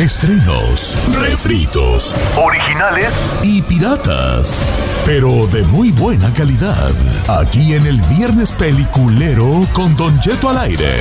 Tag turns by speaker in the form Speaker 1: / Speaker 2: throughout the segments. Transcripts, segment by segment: Speaker 1: Estrenos, refritos
Speaker 2: Originales
Speaker 1: y piratas, pero de muy buena calidad. Aquí en el Viernes Peliculero con Don Cheto al aire.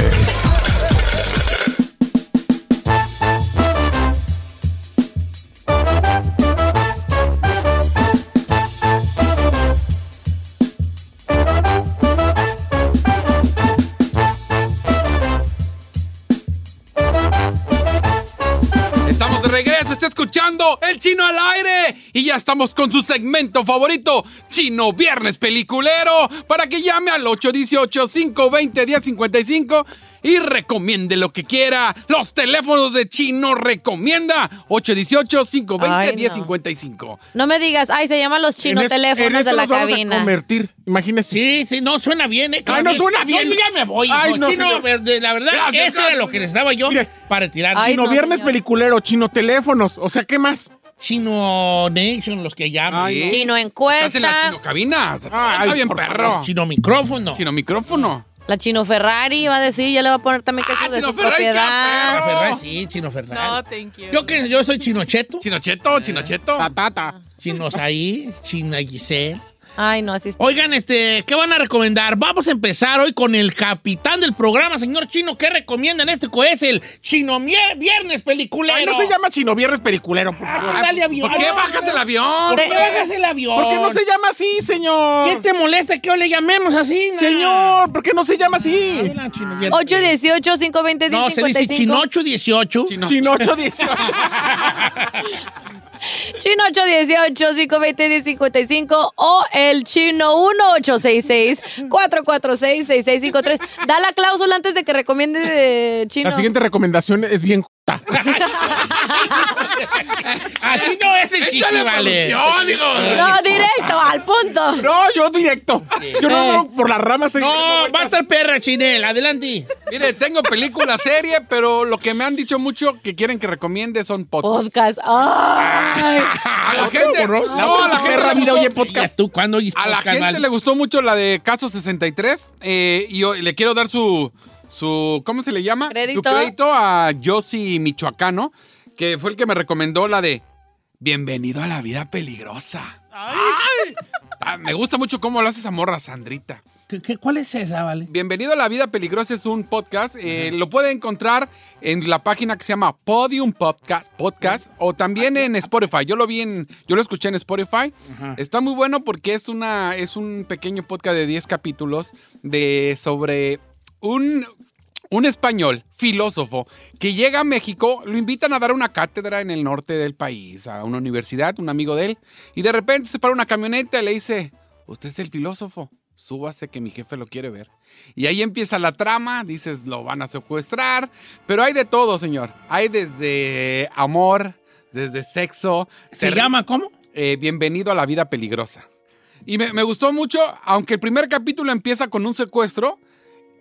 Speaker 3: Estamos de regreso, está escuchando El Chino al aire y ya estamos con su segmento favorito, Chino Viernes Peliculero, para que llame al 818-520-1055 y recomiende lo que quiera. Los teléfonos de Chino recomienda
Speaker 4: Ay,
Speaker 3: 818-520-1055.
Speaker 4: No me digas, ay, se llaman los chino
Speaker 5: En es- en
Speaker 4: teléfonos
Speaker 5: esto
Speaker 4: de la
Speaker 5: nos vamos a
Speaker 4: cabina.
Speaker 3: Convertir, imagínese.
Speaker 5: Sí, sí, no, suena bien, ¿eh?
Speaker 3: Ay, no suena bien.
Speaker 5: Yo ya me voy.
Speaker 3: Ay,
Speaker 5: hijo.
Speaker 3: no,
Speaker 5: Chino, pues,
Speaker 3: señor.
Speaker 5: de- la verdad,
Speaker 3: Gracias,
Speaker 5: eso era
Speaker 3: gracias.
Speaker 5: lo que necesitaba yo
Speaker 3: Mire.
Speaker 5: para tirar.
Speaker 4: Ay,
Speaker 5: Chino,
Speaker 3: Chino
Speaker 4: no,
Speaker 3: Viernes
Speaker 4: señor.
Speaker 3: Peliculero, Chino Teléfonos, o sea, ¿qué más?
Speaker 5: Chino Nation, los que llaman.
Speaker 3: Ay,
Speaker 5: ¿no?
Speaker 3: sí.
Speaker 4: Chino
Speaker 3: Estás en la
Speaker 4: encuesta,
Speaker 3: Chino Cabina, o sea, Ay, está bien
Speaker 5: Por favor,
Speaker 3: perro. Chino,
Speaker 5: Chino micrófono.
Speaker 3: micrófono.
Speaker 4: la chino Ferrari va a decir, ya le va a poner también queso
Speaker 3: Ah,
Speaker 4: de
Speaker 3: Chino
Speaker 4: su
Speaker 3: Ferrari, qué
Speaker 4: propiedad.
Speaker 3: perro.
Speaker 5: Ferrari, sí, Chino Ferrari.
Speaker 6: thank you.
Speaker 5: Yo que yo soy Chino Cheto,
Speaker 3: Chino Cheto, Chino Cheto.
Speaker 6: Patata.
Speaker 5: Chino Saí, China Giselle.
Speaker 4: Ay, no, así está.
Speaker 5: Oigan, este, ¿qué van a recomendar? Vamos a empezar hoy con el capitán del programa, señor Chino. ¿Qué recomiendan este cohete? el Chino Mie- Viernes Peliculero?
Speaker 3: Ay, no se llama Chino Viernes Peliculero, por favor.
Speaker 5: Ah, dale avión.
Speaker 3: ¿Por qué
Speaker 5: No,
Speaker 3: bajas
Speaker 5: no,
Speaker 3: el avión?
Speaker 5: ¿Por qué bajas el avión?
Speaker 3: ¿Por qué no se llama así, señor?
Speaker 5: ¿Qué te molesta que hoy le llamemos así? na?
Speaker 3: Señor, ¿por qué no se llama así?
Speaker 5: Adelante, Chino Viernes.
Speaker 4: 818 520
Speaker 5: eh, No, se dice
Speaker 4: 55.
Speaker 5: Chinocho 18.
Speaker 3: Chino.
Speaker 5: Chi-
Speaker 3: Chino 818.
Speaker 4: Chino 818 520 55 o el chino 1866 446 6653. Da la cláusula antes de que recomiende eh, chino.
Speaker 3: La siguiente recomendación es bien justa.
Speaker 5: Así no es el chiste, vale.
Speaker 3: producción, hijo.
Speaker 4: No, directo, al punto.
Speaker 3: No, yo directo. Yo no, no por las ramas.
Speaker 5: No, va a estar perra, Chinel. Adelante.
Speaker 7: Mire, tengo película, serie, pero lo que me han dicho mucho que quieren que recomiende son podcasts.
Speaker 4: Podcast. Ay.
Speaker 3: Ah,
Speaker 7: A la gente, no, a la gente
Speaker 3: perra
Speaker 7: le
Speaker 3: vida
Speaker 7: gustó,
Speaker 3: oye podcast.
Speaker 5: ¿Tú cuándo oyes
Speaker 7: a la
Speaker 5: podcast,
Speaker 7: gente
Speaker 5: vale?
Speaker 7: le gustó mucho la de Caso 63 eh, y hoy le quiero dar su, su ¿cómo se le llama?
Speaker 4: Crédito.
Speaker 7: Su crédito a Yossi Michoacano, que fue el que me recomendó la de Bienvenido a la vida peligrosa. Ay. Ah, me gusta mucho cómo lo hace esa morra, Sandrita.
Speaker 5: ¿Qué- qué- ¿Cuál es esa, vale?
Speaker 7: Bienvenido a La Vida Peligrosa es un podcast. eh, lo puede encontrar en la página que se llama Podium Podcast, podcast o también en Spotify. Yo lo vi en, yo lo escuché en Spotify. Está muy bueno porque es una, es un pequeño podcast de 10 capítulos de sobre un un español, filósofo, que llega a México, lo invitan a dar una cátedra en el norte del país, a una universidad, un amigo de él, y de repente se para una camioneta y le dice, usted es el filósofo, súbase que mi jefe lo quiere ver. Y ahí empieza la trama, dices, lo van a secuestrar, pero hay de todo, señor. Hay desde amor, desde sexo.
Speaker 5: ¿Se
Speaker 7: Terri-
Speaker 5: llama cómo?
Speaker 7: eh, Bienvenido a la vida peligrosa. Y me, me gustó mucho, aunque el primer capítulo empieza con un secuestro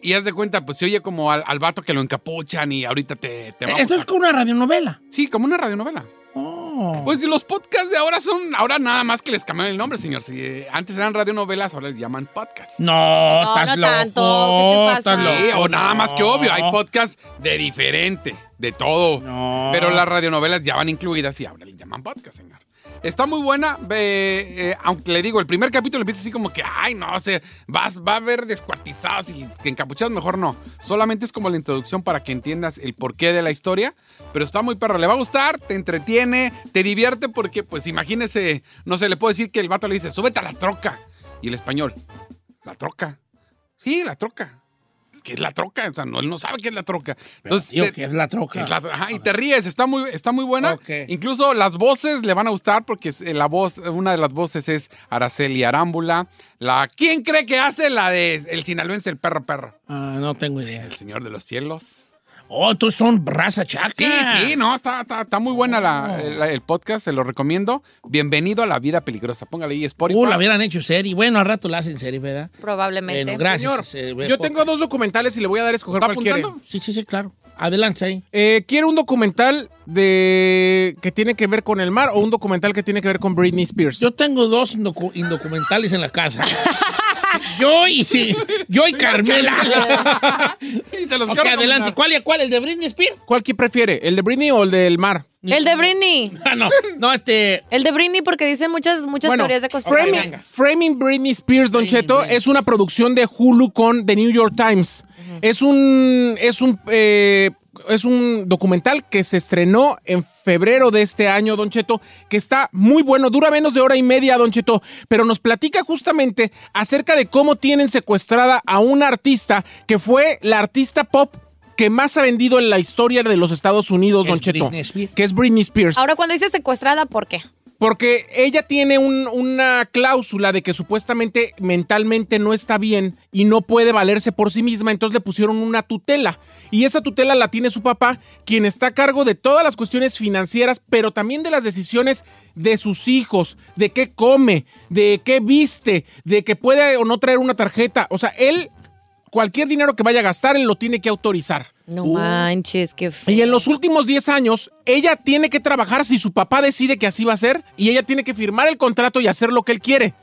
Speaker 7: y haz de cuenta, pues se oye como al, al vato que lo encapuchan y ahorita te, te vamos
Speaker 5: Esto Eh, es
Speaker 7: a-
Speaker 5: como una radionovela.
Speaker 7: Sí, como una radionovela.
Speaker 5: Oh.
Speaker 7: Pues los podcasts de ahora son, ahora nada más que les cambiaron el nombre, señor. Si, eh, antes eran radionovelas, ahora les llaman podcasts.
Speaker 5: no,
Speaker 4: No, no
Speaker 5: estás loco.
Speaker 4: tanto. ¿Qué te
Speaker 5: estás
Speaker 4: pasa?
Speaker 7: Sí,
Speaker 5: loco,
Speaker 7: o nada más que
Speaker 5: no.
Speaker 7: obvio, hay podcasts de diferente, de todo.
Speaker 5: No.
Speaker 7: Pero las radionovelas ya van incluidas y ahora les llaman podcast, señor. Está muy buena, eh, eh, aunque le digo, el primer capítulo empieza así como que, ay, no, se vas, va a haber descuartizados y encapuchados, mejor no. Solamente es como la introducción para que entiendas el porqué de la historia, pero está muy perro, le va a gustar, te entretiene, te divierte, porque, pues, imagínese, no se le puede decir que el vato le dice, súbete a la troca. Y el español, la troca. Sí, la troca. ¿Qué es la troca? O sea, no, él no sabe qué es la troca. Entonces,
Speaker 5: Digo
Speaker 7: te-
Speaker 5: que es la troca.
Speaker 7: es la- ajá, y te ríes, está muy, está muy buena.
Speaker 5: Ok.
Speaker 7: Incluso las voces le van a gustar porque es- eh, la voz, una de las voces es Araceli Arámbula. La, ¿Quién cree que hace la de El Sinaloense, el perro perro?
Speaker 5: Ah, no tengo idea.
Speaker 7: El Señor de los Cielos.
Speaker 5: Oh, entonces son raza chaca.
Speaker 7: Sí, sí, no, está, está, está muy buena
Speaker 5: Oh.
Speaker 7: la- el, el podcast, se lo recomiendo. Bienvenido a la vida peligrosa. Póngale ahí Spotify.
Speaker 5: Uh, la hubieran hecho serie. Bueno, al rato la hacen serie, ¿verdad?
Speaker 4: Probablemente.
Speaker 5: Bueno, gracias.
Speaker 2: Señor,
Speaker 5: eh, ve-
Speaker 2: yo tengo dos documentales y le voy a dar a escoger
Speaker 7: ¿Está
Speaker 2: cuál quiere.
Speaker 7: apuntando?
Speaker 5: Sí, sí, sí, claro. Adelante ahí.
Speaker 2: Eh, ¿Quiere un documental de que tiene que ver con el mar o un documental que tiene que ver con Britney Spears?
Speaker 5: Yo tengo dos indocu- indocumentales en la casa. yo y sí, yo y Carmela.
Speaker 7: Y se los
Speaker 5: ok,
Speaker 7: quiero
Speaker 5: adelante.
Speaker 7: recomendar.
Speaker 5: ¿Cuál y cuál? ¿El de Britney Spears?
Speaker 2: ¿Cuál que prefiere? ¿El de Britney o el del mar?
Speaker 4: El de Britney.
Speaker 5: Ah, no. No, este.
Speaker 4: El de Britney porque dicen muchas, muchas teorías de conspiración.
Speaker 2: Framing, Framing Britney Spears, Don Cheto, es una producción de Hulu con The New York Times. Es un. Es un. eh, es un documental que se estrenó en febrero de este año, Don Cheto, que está muy bueno, dura menos de hora y media, Don Cheto, pero nos platica justamente acerca de cómo tienen secuestrada a una artista que fue la artista pop que más ha vendido en la historia de los Estados Unidos,
Speaker 5: Es
Speaker 2: Don Cheto,
Speaker 5: Britney Spears.
Speaker 2: que es Britney Spears.
Speaker 4: Ahora, cuando dice secuestrada, ¿por qué?
Speaker 2: Porque ella tiene un- una cláusula de que supuestamente mentalmente no está bien y no puede valerse por sí misma, entonces le pusieron una tutela. Y esa tutela la tiene su papá, quien está a cargo de todas las cuestiones financieras, pero también de las decisiones de sus hijos, de qué come, de qué viste, de que puede o no traer una tarjeta. O sea, él, cualquier dinero que vaya a gastar, él lo tiene que autorizar.
Speaker 4: No manches, qué feo.
Speaker 2: Y en los últimos 10 años, ella tiene que trabajar si su papá decide que así va a ser y ella tiene que firmar el contrato y hacer lo que él quiere.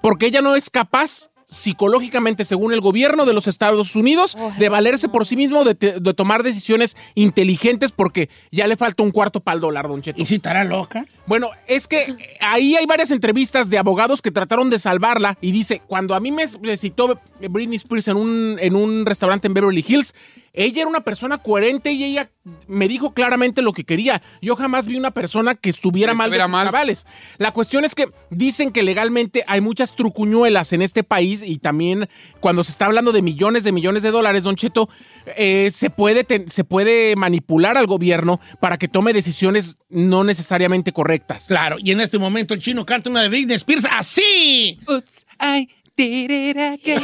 Speaker 2: Porque ella no es capaz psicológicamente, según el gobierno de los Estados Unidos, de valerse por sí mismo, de, te- de tomar decisiones inteligentes porque ya le falta un cuarto para el dólar, don Cheto.
Speaker 5: ¿Y si estará loca?
Speaker 2: Bueno, es que ahí hay varias entrevistas de abogados que trataron de salvarla y dice, cuando a mí me me citó Britney Spears en un, en un restaurante en Beverly Hills, ella era una persona coherente y ella me dijo claramente lo que quería. Yo jamás vi una persona que estuviera
Speaker 7: Que
Speaker 2: mal de
Speaker 7: estuviera
Speaker 2: sus
Speaker 7: mal.
Speaker 2: cabales. La cuestión es que dicen que legalmente hay muchas trucuñuelas en este país y también cuando se está hablando de millones de millones de dólares, Don Cheto, eh, se, puede ten- se puede manipular al gobierno para que tome decisiones no necesariamente correctas.
Speaker 5: Claro. Y en este momento el chino canta una de Britney Spears así.
Speaker 7: Oops, I did it again.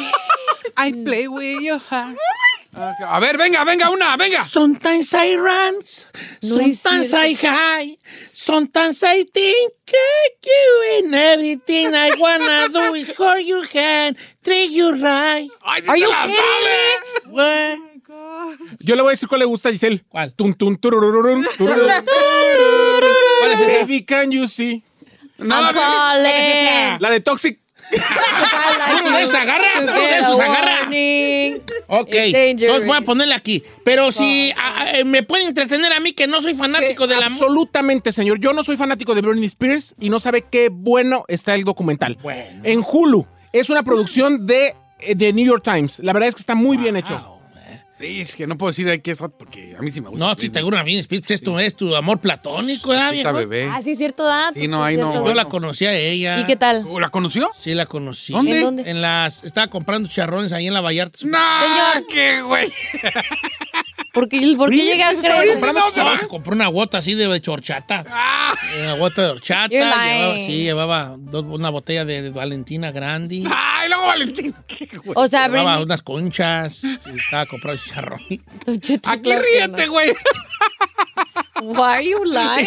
Speaker 7: I play with your heart. A ver, venga, venga, una, venga.
Speaker 5: Sometimes I run, sometimes I hide, sometimes I think of you and everything I wanna do is hold your hand, treat you right.
Speaker 7: Ay, sí
Speaker 4: Are
Speaker 7: te
Speaker 4: you
Speaker 7: la
Speaker 4: kidding
Speaker 7: sabes.
Speaker 5: Well,
Speaker 2: Yo le voy a decir cuál le gusta a Giselle.
Speaker 5: ¿Cuál?
Speaker 2: Tun, tun, turururun, turururun.
Speaker 5: ¿Cuál es esa?
Speaker 2: Baby, can you see?
Speaker 7: No, no, no.
Speaker 4: Vale.
Speaker 2: La de Toxic.
Speaker 5: Uno de esos agarra, uno de esos agarra. Ok,
Speaker 4: It's dangerous.
Speaker 5: entonces voy a ponerla aquí. Pero si ah, ah, eh, me puede entretener a mí que no soy fanático
Speaker 2: Sí,
Speaker 5: de la música.
Speaker 2: Absolutamente, señor. Yo no soy fanático de Britney Spears y no sabe qué bueno está el documental.
Speaker 5: Bueno.
Speaker 2: En Hulu. Es una producción de, eh, de New York Times. La verdad es que está muy bien hecho.
Speaker 7: Sí, es que no puedo decir de qué es porque a mí sí me gusta.
Speaker 5: No, si te gusta Britney Spears, esto es tu amor platónico, ¿verdad,
Speaker 7: Chiquita
Speaker 5: viejo?
Speaker 7: bebé.
Speaker 4: Ah, sí, cierto dato.
Speaker 7: Sí, no, ahí no.
Speaker 5: Yo la conocí a ella.
Speaker 4: ¿Y qué tal?
Speaker 7: ¿Oh, ¿La conoció?
Speaker 5: Sí, la conocí.
Speaker 7: ¿Dónde?
Speaker 4: ¿En dónde?
Speaker 5: En las, estaba comprando charrones ahí en la Vallarta.
Speaker 7: No,
Speaker 4: Señor.
Speaker 7: qué güey.
Speaker 4: ¿Por qué, por qué
Speaker 2: Britney
Speaker 4: llega este a
Speaker 2: Spears estaba
Speaker 4: creer?
Speaker 2: comprando
Speaker 7: No, se Ah.
Speaker 5: No,
Speaker 7: va.
Speaker 5: se compró una gota así de horchata. Eh, Una gota de horchata.
Speaker 4: You're lying.
Speaker 5: Llevaba, sí, llevaba dos- una botella de, de Valentina Grandi.
Speaker 4: Ah,
Speaker 7: Ay, luego Valentín, qué güey.
Speaker 4: O sea,
Speaker 5: llevaba
Speaker 4: Britney.
Speaker 5: unas conchas. y estaba comprando chicharrones.
Speaker 4: Don Cheto,
Speaker 7: Aquí
Speaker 4: claro que
Speaker 7: ríete, güey.
Speaker 4: no. Why are you lying?
Speaker 5: Ahí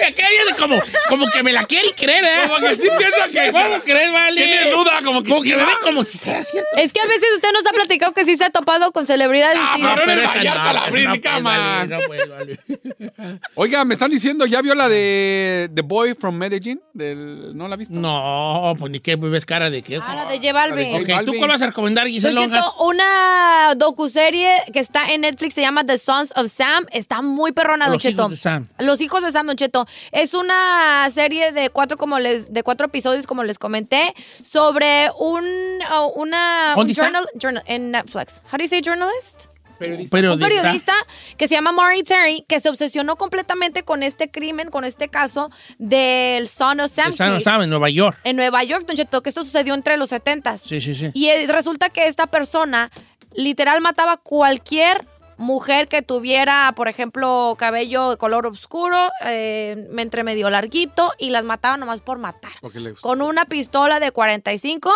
Speaker 5: me queda viendo como, como que me la quiere creer, ¿eh?
Speaker 7: Como que sí piensa que.
Speaker 5: ¿Cómo crees, Vale?
Speaker 7: Tiene duda, como que
Speaker 5: Como
Speaker 7: sí,
Speaker 5: que me ve
Speaker 7: ¿va?
Speaker 5: como si será cierto.
Speaker 4: Es que a veces usted nos ha platicado que sí se ha topado con celebridades. y sí.
Speaker 7: Ah, pero en el
Speaker 5: esta
Speaker 7: Vallarta la
Speaker 5: no,
Speaker 7: Britney,
Speaker 5: no, pues,
Speaker 7: come
Speaker 5: vale,
Speaker 7: on.
Speaker 5: no, pues, vale.
Speaker 7: Oiga, me están diciendo, ¿ya vio la de The Boy from Medellín? Del- ¿No la ha visto?
Speaker 5: No, pues ni qué ves cara de qué.
Speaker 4: Ah, la de J Balvin.
Speaker 7: Ok,
Speaker 5: Ok, ¿tú cuál vas a recomendar, Giselle
Speaker 4: Don
Speaker 5: Longas?
Speaker 4: Cheto, una docuserie que está en Netflix se llama The Sons of Sam. Está muy perrona, Don
Speaker 5: Los hijos
Speaker 4: Cheto.
Speaker 5: de Sam.
Speaker 4: Los hijos de Sam, Don Cheto. Es una serie de cuatro, como les, de cuatro episodios, como les comenté, sobre un, oh, una, un
Speaker 5: ¿Dónde está?
Speaker 4: journal, journal- en Netflix. How do you say journalist?
Speaker 5: Pero
Speaker 4: un periodista que se llama Maury Terry, que se obsesionó completamente con este crimen, con este caso del Son of Sam.
Speaker 5: Sam no
Speaker 4: Case
Speaker 5: sabe, en Nueva York.
Speaker 4: En Nueva York, Don Cheto, que esto sucedió entre los 70s.
Speaker 5: Sí, sí, sí.
Speaker 4: Y eh, resulta que esta persona literal mataba cualquier mujer que tuviera, por ejemplo, cabello de color oscuro, eh, entre medio larguito, y las mataba nomás por matar.
Speaker 7: Porque le gusta.
Speaker 4: Con una pistola de 45.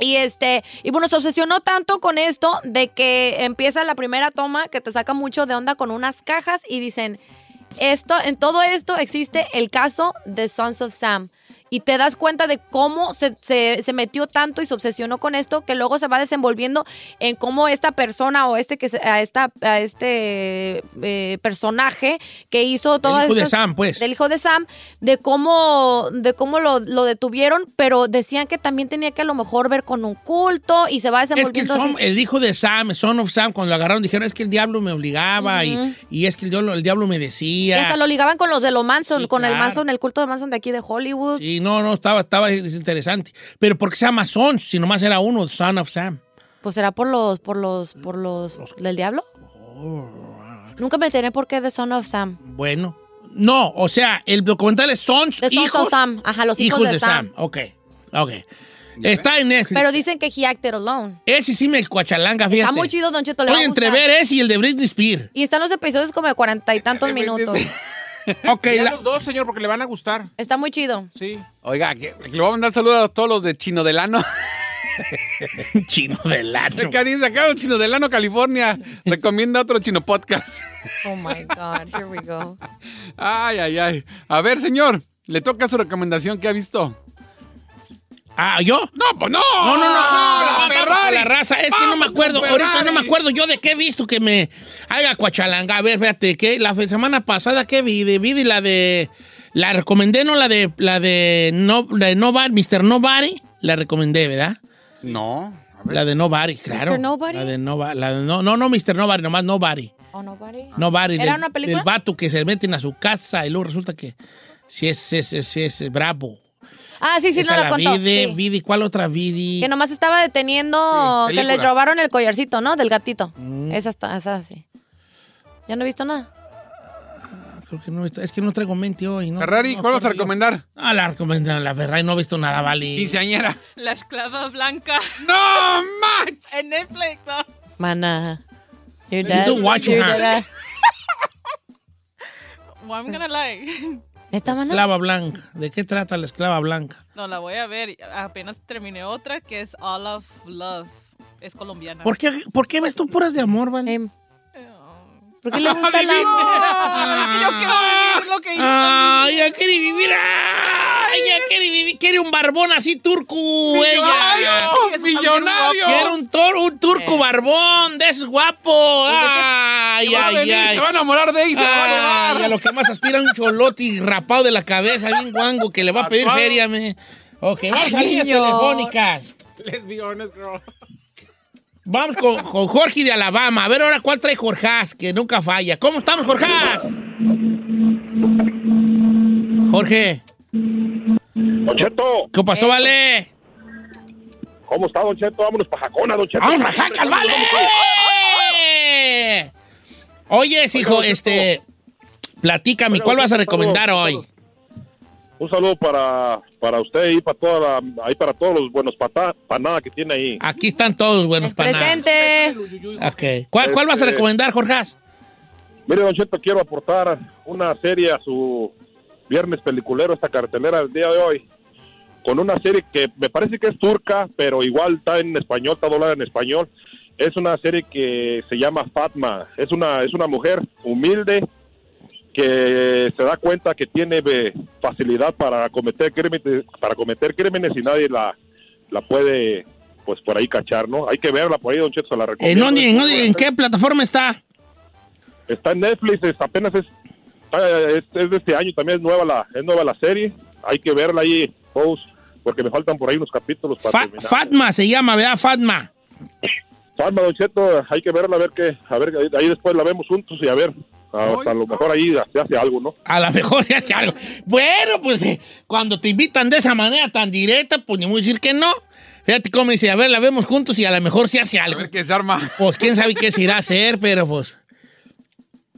Speaker 4: Y este, y bueno, se obsesionó tanto con esto de que empieza la primera toma que te saca mucho de onda con unas cajas y dicen, esto, en todo esto existe el caso de Sons of Sam. Y te das cuenta de cómo se, se- se metió tanto y se obsesionó con esto que luego se va desenvolviendo en cómo esta persona o este que se- a esta a este eh, personaje que hizo todo
Speaker 5: hijo de Sam, pues.
Speaker 4: del hijo de Sam de cómo de cómo lo, lo detuvieron pero decían que también tenía que a lo mejor ver con un culto y se va
Speaker 5: Es que el,
Speaker 4: desenvolviendo así.
Speaker 5: son- el hijo de Sam, el son of Sam, cuando lo agarraron dijeron es que el diablo me obligaba y- y, es que el diablo, el diablo me
Speaker 4: Y
Speaker 5: decía.
Speaker 4: hasta lo ligaban con los de los Manson,
Speaker 5: Sí,
Speaker 4: con el
Speaker 5: claro.
Speaker 4: Manson, el culto de Manson de aquí de Hollywood.
Speaker 5: Sí, no, no, estaba, estaba es interesante. Pero ¿por qué se llama Son? Si nomás era uno, Son of Sam.
Speaker 4: Pues será por los, por los, por los del diablo.
Speaker 5: Oh.
Speaker 4: Nunca me enteré por qué The Son of Sam.
Speaker 5: Bueno. No, o sea, el documental es Sons,
Speaker 4: The Sons
Speaker 5: hijos,
Speaker 4: of Sam. Ajá, los hijos de Sam.
Speaker 5: Ok, ok. Está en Netflix.
Speaker 4: Pero dicen que He Acted Alone.
Speaker 5: ese sí me cuachalanga, fíjate.
Speaker 4: Está muy chido, Don Cheto. le va
Speaker 5: Estoy
Speaker 4: a
Speaker 5: entre
Speaker 4: gustar.
Speaker 5: ver ese y el de Britney Spears.
Speaker 4: Y están los episodios como de cuarenta y tantos minutos.
Speaker 5: Ok,
Speaker 2: Ya
Speaker 5: la-
Speaker 2: los dos, señor, porque le van a gustar.
Speaker 4: Está muy chido.
Speaker 2: Sí.
Speaker 7: Oiga, que- le voy a mandar saludos a todos los de Chino Delano.
Speaker 5: chino de lano.
Speaker 7: Acá dice, acá Chino Delano, California. Recomienda otro chino podcast.
Speaker 4: Oh my God, here we go.
Speaker 7: Ay, ay, ay. A ver, señor, le toca su recomendación que ha visto.
Speaker 5: Ah, ¿yo?
Speaker 7: No,
Speaker 2: ¡Oh,
Speaker 7: pues no.
Speaker 5: No, no, no. no,
Speaker 7: la
Speaker 5: no, vamos con
Speaker 7: Ferrari.
Speaker 5: Ah, La raza. Es que no me
Speaker 7: Vamos con
Speaker 5: acuerdo. Ahorita no me
Speaker 7: Ferrari.
Speaker 5: acuerdo yo de qué he visto que me haga cuachalanga. A ver, fíjate, que la fe- semana pasada que vi, de, vi de la de. La recomendé, no la de. La de. No, la de Nobody, Mr. Nobody. La recomendé, ¿verdad?
Speaker 7: No. a ver.
Speaker 5: La de Nobody, claro.
Speaker 4: Mr. Nobody.
Speaker 5: La de Nobody. La de no, no, no, Mr. Nobody, nomás Nobody.
Speaker 4: Oh, nobody.
Speaker 5: Nobody.
Speaker 4: ¿Era
Speaker 5: del,
Speaker 4: una película?
Speaker 5: Del vato que se meten a su casa y luego resulta que. Si es, si es, si es, si es bravo.
Speaker 4: Ah, sí, sí,
Speaker 5: Esa
Speaker 4: no la contó.
Speaker 5: Vidi,
Speaker 4: sí.
Speaker 5: Vidi, ¿cuál otra Vidi?
Speaker 4: Que nomás estaba deteniendo,
Speaker 7: Sí,
Speaker 4: que le
Speaker 7: película.
Speaker 4: robaron el collarcito, ¿no? Del gatito.
Speaker 5: Mm.
Speaker 4: Esa, está- esa sí. Ya no he visto nada.
Speaker 5: Creo que no está- es que no traigo mente hoy, ¿no?
Speaker 7: Ferrari,
Speaker 5: no,
Speaker 7: ¿cuál vas a
Speaker 5: corre yo.
Speaker 7: recomendar?
Speaker 5: Ah, la recomendación, la Ferrari, no he visto nada, vale.
Speaker 7: Quinceañera.
Speaker 6: La esclava blanca
Speaker 7: ¡No, match!
Speaker 6: en Netflix. ¿no?
Speaker 4: Mana. Your
Speaker 5: dad- don't watch your your hand. dad-
Speaker 6: Well, I'm gonna lie.
Speaker 4: ¿Neta, mana?
Speaker 5: Esclava blanca. ¿De qué trata la esclava blanca?
Speaker 6: No, la voy a ver. Apenas terminé otra que es All of Love. Es colombiana.
Speaker 5: ¿Por qué, ¿por qué ves tú puras de amor, vale?
Speaker 4: Em, ¿Por qué le gusta el amor?
Speaker 6: Ah, es que yo quiero vivir lo que hizo
Speaker 5: ¡Ay, ella quiere vivir! ¡Ay, ella quiere vivir! ¡Quiere un barbón así turco, ella!
Speaker 7: ¡Millonario!
Speaker 5: ¡Quiere un, tor- un turco barbón de esos guapos! ¡Ay,
Speaker 7: Se va a
Speaker 5: ay,
Speaker 7: venir,
Speaker 5: ay!
Speaker 7: Se va a enamorar de ella y se la va a
Speaker 5: Ay, a
Speaker 7: llevar.
Speaker 5: lo que más aspira un cholote rapado de la cabeza, bien guango, que le va a pedir
Speaker 7: Tatuado.
Speaker 5: feria, me. Ok, vamos a líneas
Speaker 4: señor.
Speaker 5: telefónicas.
Speaker 2: Lesbiones, girl.
Speaker 5: Vamos con, con Jorge de Alabama. A ver ahora cuál trae Jorjás, que nunca falla. ¿Cómo estamos, Jorjás? Jorge,
Speaker 8: Don Cheto,
Speaker 5: ¿qué
Speaker 7: Eh,
Speaker 5: pasó, vale?
Speaker 8: ¿cómo está, Don Cheto? Vámonos para Jacona, Don Cheto.
Speaker 5: ¡Vamos a jacas, vale! Oyes, hijo, este... Platícame, ¿cuál vas a recomendar hoy?
Speaker 8: Un saludo para, para usted y para, toda la, ahí para todos los buenos patá, panadas que tiene ahí.
Speaker 5: Aquí están todos buenos para nada.
Speaker 4: Presente.
Speaker 5: Ok. ¿Cuál, cuál vas a
Speaker 8: Este-
Speaker 5: recomendar, Jorjás?
Speaker 8: Mire, Don Cheto, quiero aportar una serie a su viernes peliculero, esta cartelera del día de hoy, con una serie que me parece que es turca, pero igual está en español, está doblada en español. Es una serie que se llama Fatma. Es una, es una mujer humilde que se da cuenta que tiene eh, facilidad para cometer crímenes, para cometer crímenes y nadie la, la puede, pues por ahí cachar, ¿no? Hay que verla por ahí, Don Cheto, se la
Speaker 5: ¿En,
Speaker 8: recomiendo.
Speaker 5: dónde- Eh, en dónde- en qué plataforma está?
Speaker 8: Está en Netflix, es- apenas es, está- es, es de este año, también es nueva la, es nueva la serie. Hay que verla ahí, Pose, porque me faltan por ahí unos capítulos para
Speaker 5: Fa-
Speaker 8: terminar.
Speaker 5: Fatma se llama, ¿verdad? Fatma.
Speaker 8: Fatma, Don Cheto, hay que verla, a ver qué, a ver, ahí- ahí después la vemos juntos y a ver A, a lo mejor ahí se hace algo, ¿no?
Speaker 5: A lo mejor ya que algo. Bueno, pues eh, cuando te invitan de esa manera tan directa, pues ni muy decir que no. Fíjate cómo dice, a ver, la vemos juntos y a lo mejor se hace
Speaker 7: A
Speaker 5: algo.
Speaker 7: ver qué se arma.
Speaker 5: Pues quién sabe qué se irá a hacer, pero pues.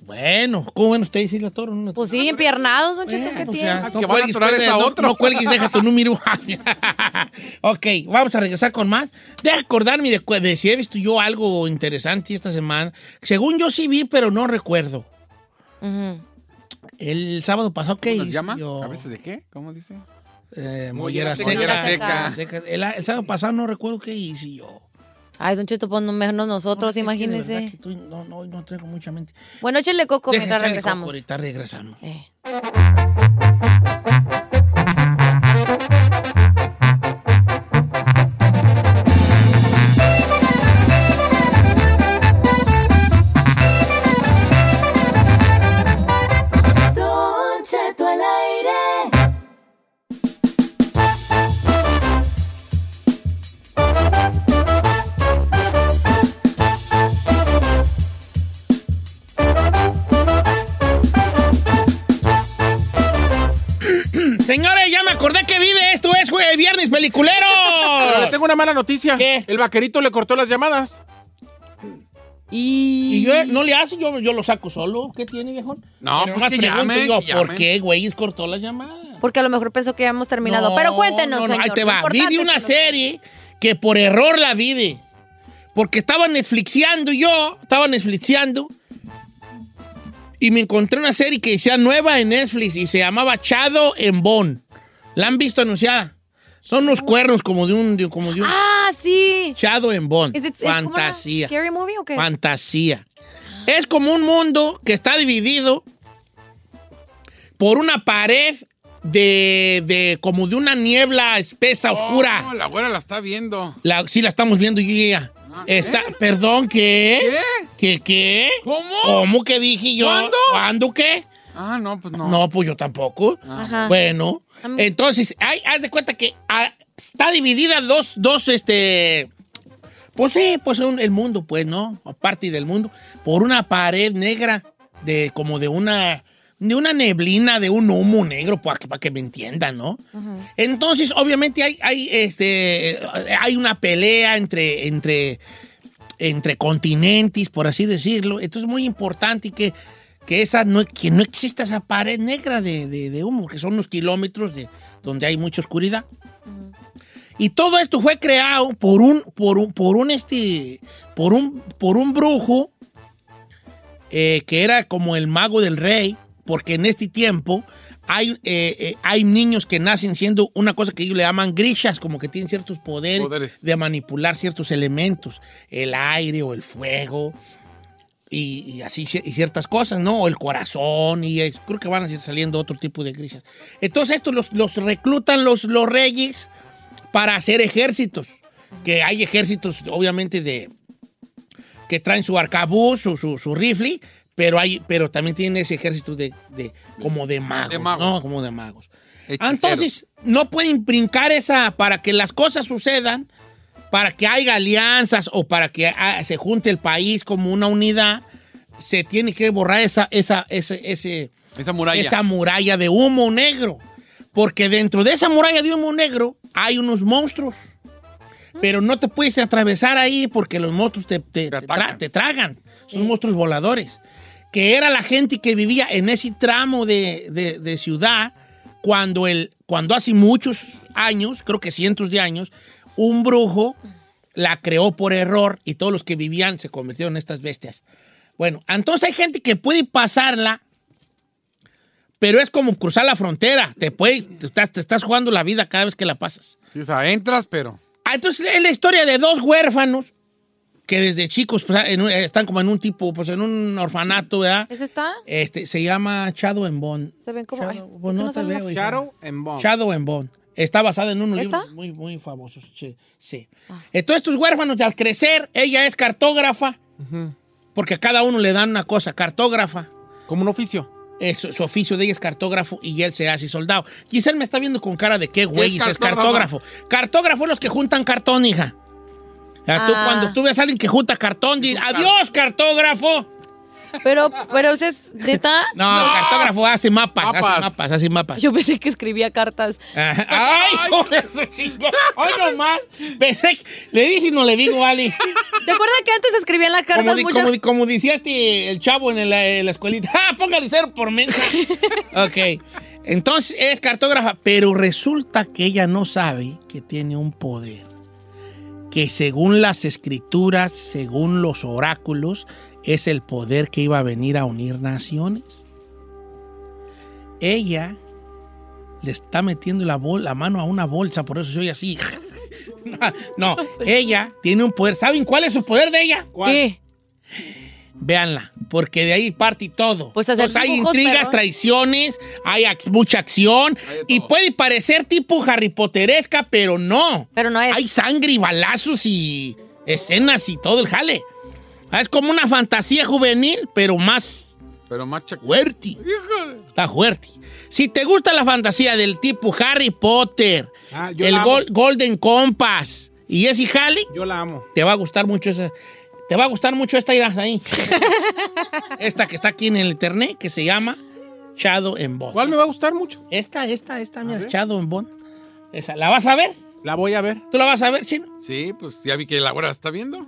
Speaker 5: Bueno, ¿cómo bueno usted dice la toro? No,
Speaker 4: Pues sí, empiernados, don Cheto, ¿qué
Speaker 7: Eh,
Speaker 5: Bueno, pues
Speaker 4: tiene?
Speaker 5: ya,
Speaker 7: Que van a aturar
Speaker 5: cuelgues,
Speaker 7: esa
Speaker 5: no-
Speaker 7: otra.
Speaker 5: no cuelgues, deja tu número. ok, vamos a regresar con más. Deja acordarme de, cu- de si he visto yo algo interesante esta semana. Según yo sí vi, pero no recuerdo.
Speaker 4: Ujú.
Speaker 5: El sábado pasado, ¿qué
Speaker 7: ¿Cómo nos
Speaker 5: hice
Speaker 7: llama?
Speaker 5: yo?
Speaker 7: ¿A veces de qué? ¿Cómo dice?
Speaker 5: Eh, mollera, seca.
Speaker 7: Mollera
Speaker 4: seca.
Speaker 5: Seca. El, el sábado pasado no recuerdo qué hice yo.
Speaker 4: Ay, don Cheto, pues no menos nosotros,
Speaker 5: No, es que de verdad que
Speaker 4: imagínese.
Speaker 5: estoy- no, no, no tengo mucha mente.
Speaker 4: Bueno, échenle coco
Speaker 5: Deja
Speaker 4: mientras
Speaker 5: echarle coco,
Speaker 4: regresamos.
Speaker 5: Ahorita regresamos.
Speaker 4: Eh.
Speaker 5: Señores, ya me acordé que vi de esto. Es jue- viernes peliculero.
Speaker 2: Pero le tengo una mala noticia.
Speaker 5: ¿Qué?
Speaker 2: El vaquerito le cortó las llamadas.
Speaker 5: Y yo eh, no le hace, yo, yo lo saco solo. ¿Qué tiene, viejón?
Speaker 7: No,
Speaker 5: Pero
Speaker 7: pues
Speaker 5: nomás
Speaker 7: que
Speaker 5: pregunto
Speaker 7: llamen,
Speaker 5: yo,
Speaker 7: que
Speaker 5: ¿Por
Speaker 7: llamen.
Speaker 5: qué, güey, cortó la llamada?
Speaker 4: Porque a lo mejor pensó que ya hemos terminado. Pero cuéntenos,
Speaker 5: no, no,
Speaker 4: señor.
Speaker 5: Ahí te
Speaker 4: lo
Speaker 5: va. Vi
Speaker 4: importante es
Speaker 5: de una
Speaker 4: que nos-
Speaker 5: serie que por error la vi de. Porque estaba Netflixeando yo, estaba Netflixeando. Y me encontré una serie que sea nueva en Netflix y se llamaba Chado en Bonn. ¿La han visto anunciada? Son unos cuernos como de un. de- como de un
Speaker 4: Ah, sí.
Speaker 5: Shadow en Bond.
Speaker 4: ¿Es- es- es como una
Speaker 5: Fantasía.
Speaker 4: scary movie o qué?
Speaker 5: Fantasía. Es como un mundo que está dividido por una pared de, de- como de una niebla espesa, oscura.
Speaker 7: Oh, la güera la está viendo.
Speaker 5: La, sí, la estamos viendo, yo ya.
Speaker 7: Ah,
Speaker 5: Está, perdón, ¿qué? ¿Qué? ¿Qué?
Speaker 7: ¿Cómo?
Speaker 5: ¿Cómo que dije yo?
Speaker 7: ¿Cuándo?
Speaker 5: ¿Cuándo qué?
Speaker 7: Ah, no, pues no. Ah.
Speaker 5: No, pues yo tampoco.
Speaker 4: Ajá.
Speaker 5: Bueno,
Speaker 4: Am-
Speaker 5: entonces, hay, haz de cuenta que ah, está dividida dos, dos, este. Pues sí, pues un- el mundo, pues, ¿no? O parte del mundo. Por una pared negra, de como de una. De una neblina, de un humo negro, para que, para que me entiendan, ¿no? Entonces, obviamente, hay, hay, este, hay una pelea entre, entre, entre continentes, por así decirlo. Entonces es muy importante que, que, esa no, que no exista esa pared negra de, de- de humo, que son unos kilómetros de, donde hay mucha oscuridad. Y todo esto fue creado por un, por un, por un, este, por un, por un brujo eh, que era como el mago del rey, porque en este tiempo hay, eh, eh, hay niños que nacen siendo una cosa que ellos le llaman grishas, como que tienen ciertos poderes,
Speaker 7: Poderes.
Speaker 5: de manipular ciertos elementos, el aire o el fuego. Y, y así ci- y ciertas cosas, ¿no? O el corazón, y eh, creo que van a ir saliendo otro tipo de grishas. Entonces, estos los, los reclutan los, los reyes para hacer ejércitos. Que hay ejércitos, obviamente, de que traen su arcabuz, su, su, su rifle, pero hay, pero también tienen ese ejército de, de- como de magos,
Speaker 7: De magos.
Speaker 5: ¿no? Como de magos.
Speaker 7: Hechiceros.
Speaker 5: Entonces, no pueden brincar esa para que las cosas sucedan, para que haya alianzas o para que ah, se junte el país como una unidad, se tiene que borrar esa, esa, ese, ese,
Speaker 7: Esa muralla.
Speaker 5: esa muralla de humo negro. Porque dentro de esa muralla de humo negro hay unos monstruos. Pero no te puedes atravesar ahí porque los monstruos te, te- te tra-
Speaker 7: atacan.
Speaker 5: te tragan. Son monstruos voladores. Que era la gente que vivía en ese tramo de, de- de ciudad cuando, el, cuando hace muchos años, creo que cientos de años, un brujo la creó por error y todos los que vivían se convirtieron en estas bestias. Bueno, entonces hay gente que puede pasarla pero es como cruzar la frontera. Te, puede- te, estás, te estás jugando la vida cada vez que la pasas.
Speaker 7: Sí, o sea, entras, pero.
Speaker 5: Ah, Entonces es la historia de dos huérfanos que desde chicos pues, en un- están como en un tipo, pues en un orfanato, ¿verdad?
Speaker 4: ¿Ese está?
Speaker 5: Este, se llama Shadow and Bone.
Speaker 4: Se ven como. ay,
Speaker 5: Shadow,
Speaker 4: ¿por qué
Speaker 5: pues, no
Speaker 4: no
Speaker 5: te
Speaker 4: sale la-
Speaker 5: veo, hija.
Speaker 2: Shadow and Bone.
Speaker 5: Shadow and Bone. Está basada en unos
Speaker 4: ¿Esta? Ah.
Speaker 5: libros muy, muy famosos. Sí. sí. Entonces, estos huérfanos, al crecer, ella es cartógrafa, porque a cada uno le dan una cosa, cartógrafa.
Speaker 2: Como un oficio.
Speaker 5: Eh, su, su oficio de ella es cartógrafo y él se hace soldado. Quizá él me está viendo con cara de qué güey es cartógrafo. Cartógrafo es los que juntan cartón, hija. O sea, tú,
Speaker 4: Ah.
Speaker 5: cuando tú ves a alguien que junta cartón, di, adiós, cartógrafo.
Speaker 4: Pero, pero ese es neta.
Speaker 5: No, cartógrafo hace mapas, hace
Speaker 7: Mapas.
Speaker 5: mapas, hace mapas.
Speaker 4: Yo pensé que escribía cartas.
Speaker 5: Ajá. ¡Ay, hijo de su chingada! ¡Ay, no mal! Pensé que- le dices y no le digo, Ali.
Speaker 4: ¿Se acuerda que antes escribían las cartas
Speaker 5: Como, di-
Speaker 4: muchas?
Speaker 5: como, di- como decía este, el chavo en la, en la escuelita. ¡Ah, póngale cero por mensa! ok. Entonces es cartógrafa, pero resulta que ella no sabe que tiene un poder que según las escrituras, según los oráculos, es el poder que iba a venir a unir naciones. Ella le está metiendo la, bol- la mano a una bolsa, por eso soy así. no, ella tiene un poder. ¿Saben cuál es su poder de ella?
Speaker 4: ¿Qué?
Speaker 5: Véanla, porque de ahí parte todo.
Speaker 4: Pues hacer
Speaker 5: Entonces, hay
Speaker 4: dibujos,
Speaker 5: intrigas,
Speaker 4: pero-
Speaker 5: traiciones, hay ac- mucha acción y puede parecer tipo Harry Potteresca, pero no.
Speaker 4: Pero no es.
Speaker 5: Hay sangre y balazos y escenas y todo el jale. Ah, Es como una fantasía juvenil, pero más
Speaker 7: Pero macha.
Speaker 5: fuerte. Está fuerte. Si te gusta la fantasía del tipo Harry Potter,
Speaker 2: Ah, yo
Speaker 5: el
Speaker 2: la amo.
Speaker 5: Gol- Golden Compass y ese jale,
Speaker 2: Yo la amo.
Speaker 5: te va a gustar mucho esa. Te va a gustar mucho esta irás ahí. esta que está aquí en el internet, que se llama Shadow en Bond.
Speaker 2: ¿Cuál me va a gustar mucho?
Speaker 5: Esta, esta, esta, mira, Shadow en Bond. Esa, ¿la vas a ver?
Speaker 2: La voy a ver.
Speaker 5: ¿Tú la vas a ver, Chino?
Speaker 7: Sí, pues ya vi que la hora la está viendo.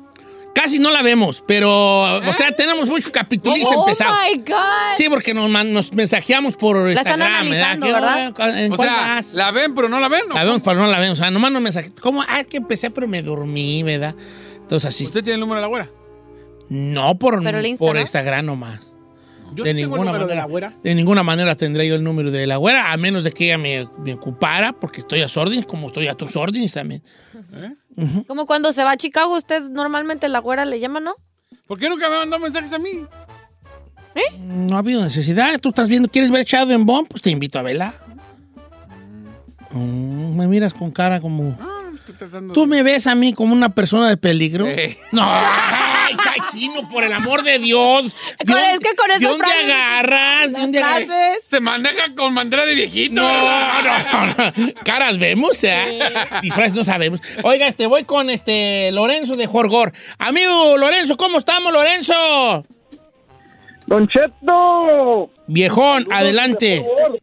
Speaker 5: Casi no la vemos, pero, o sea, tenemos muchos capítulos
Speaker 4: Ah. Oh
Speaker 5: empezados.
Speaker 4: my God.
Speaker 5: Sí, porque nos, man- nos mensajeamos por
Speaker 4: están
Speaker 5: Instagram,
Speaker 4: analizando,
Speaker 5: ¿Qué
Speaker 4: ¿verdad?
Speaker 5: hora? ¿En
Speaker 7: O
Speaker 5: cuál
Speaker 7: sea,
Speaker 5: vas?
Speaker 7: la ven, pero no la ven. ¿no?
Speaker 5: La vemos, pero no la vemos. O sea, nomás nos mensajamos. ¿Cómo? Ah, es que empecé, pero me dormí, ¿verdad? Entonces, así.
Speaker 7: ¿Usted tiene el número de la güera?
Speaker 5: No por,
Speaker 4: ¿Pero el Insta,
Speaker 5: por
Speaker 4: no?
Speaker 5: Instagram nomás.
Speaker 2: Yo
Speaker 5: de
Speaker 2: sí tengo el
Speaker 5: ninguna
Speaker 2: número de
Speaker 5: manera.
Speaker 2: la güera.
Speaker 5: De ninguna manera tendré yo el número de la güera, a menos de que ella me, me ocupara, porque estoy a sus órdenes, como estoy a tus órdenes también.
Speaker 4: Como cuando se va a Chicago, usted normalmente la güera le llama, ¿no?
Speaker 7: ¿Por qué nunca me mandado mensajes a mí?
Speaker 5: No ha habido necesidad. Tú estás viendo, ¿quieres ver echado en Bomb? Pues te invito a verla. Mm, me miras con cara como.
Speaker 7: Estoy tratando
Speaker 5: ¿Tú
Speaker 7: de-
Speaker 5: me ves a mí como una persona de peligro?
Speaker 7: Eh.
Speaker 5: No, ay, Chino, por el amor de Dios. ¿De
Speaker 4: Con-
Speaker 5: dónde-
Speaker 4: es que con
Speaker 5: ¿De
Speaker 4: esas
Speaker 5: dónde
Speaker 4: frases-
Speaker 5: agarras? ¿De dónde agarras?
Speaker 4: Frases.
Speaker 7: Se maneja con bandera de viejito.
Speaker 5: No, no, no. Caras vemos, ¿eh? Disfraces no sabemos. Oiga, este, voy con este Lorenzo de Jorgor. Amigo Lorenzo, ¿cómo estamos, Lorenzo?
Speaker 8: Don Cheto.
Speaker 5: Viejón, adelante.
Speaker 8: Por favor.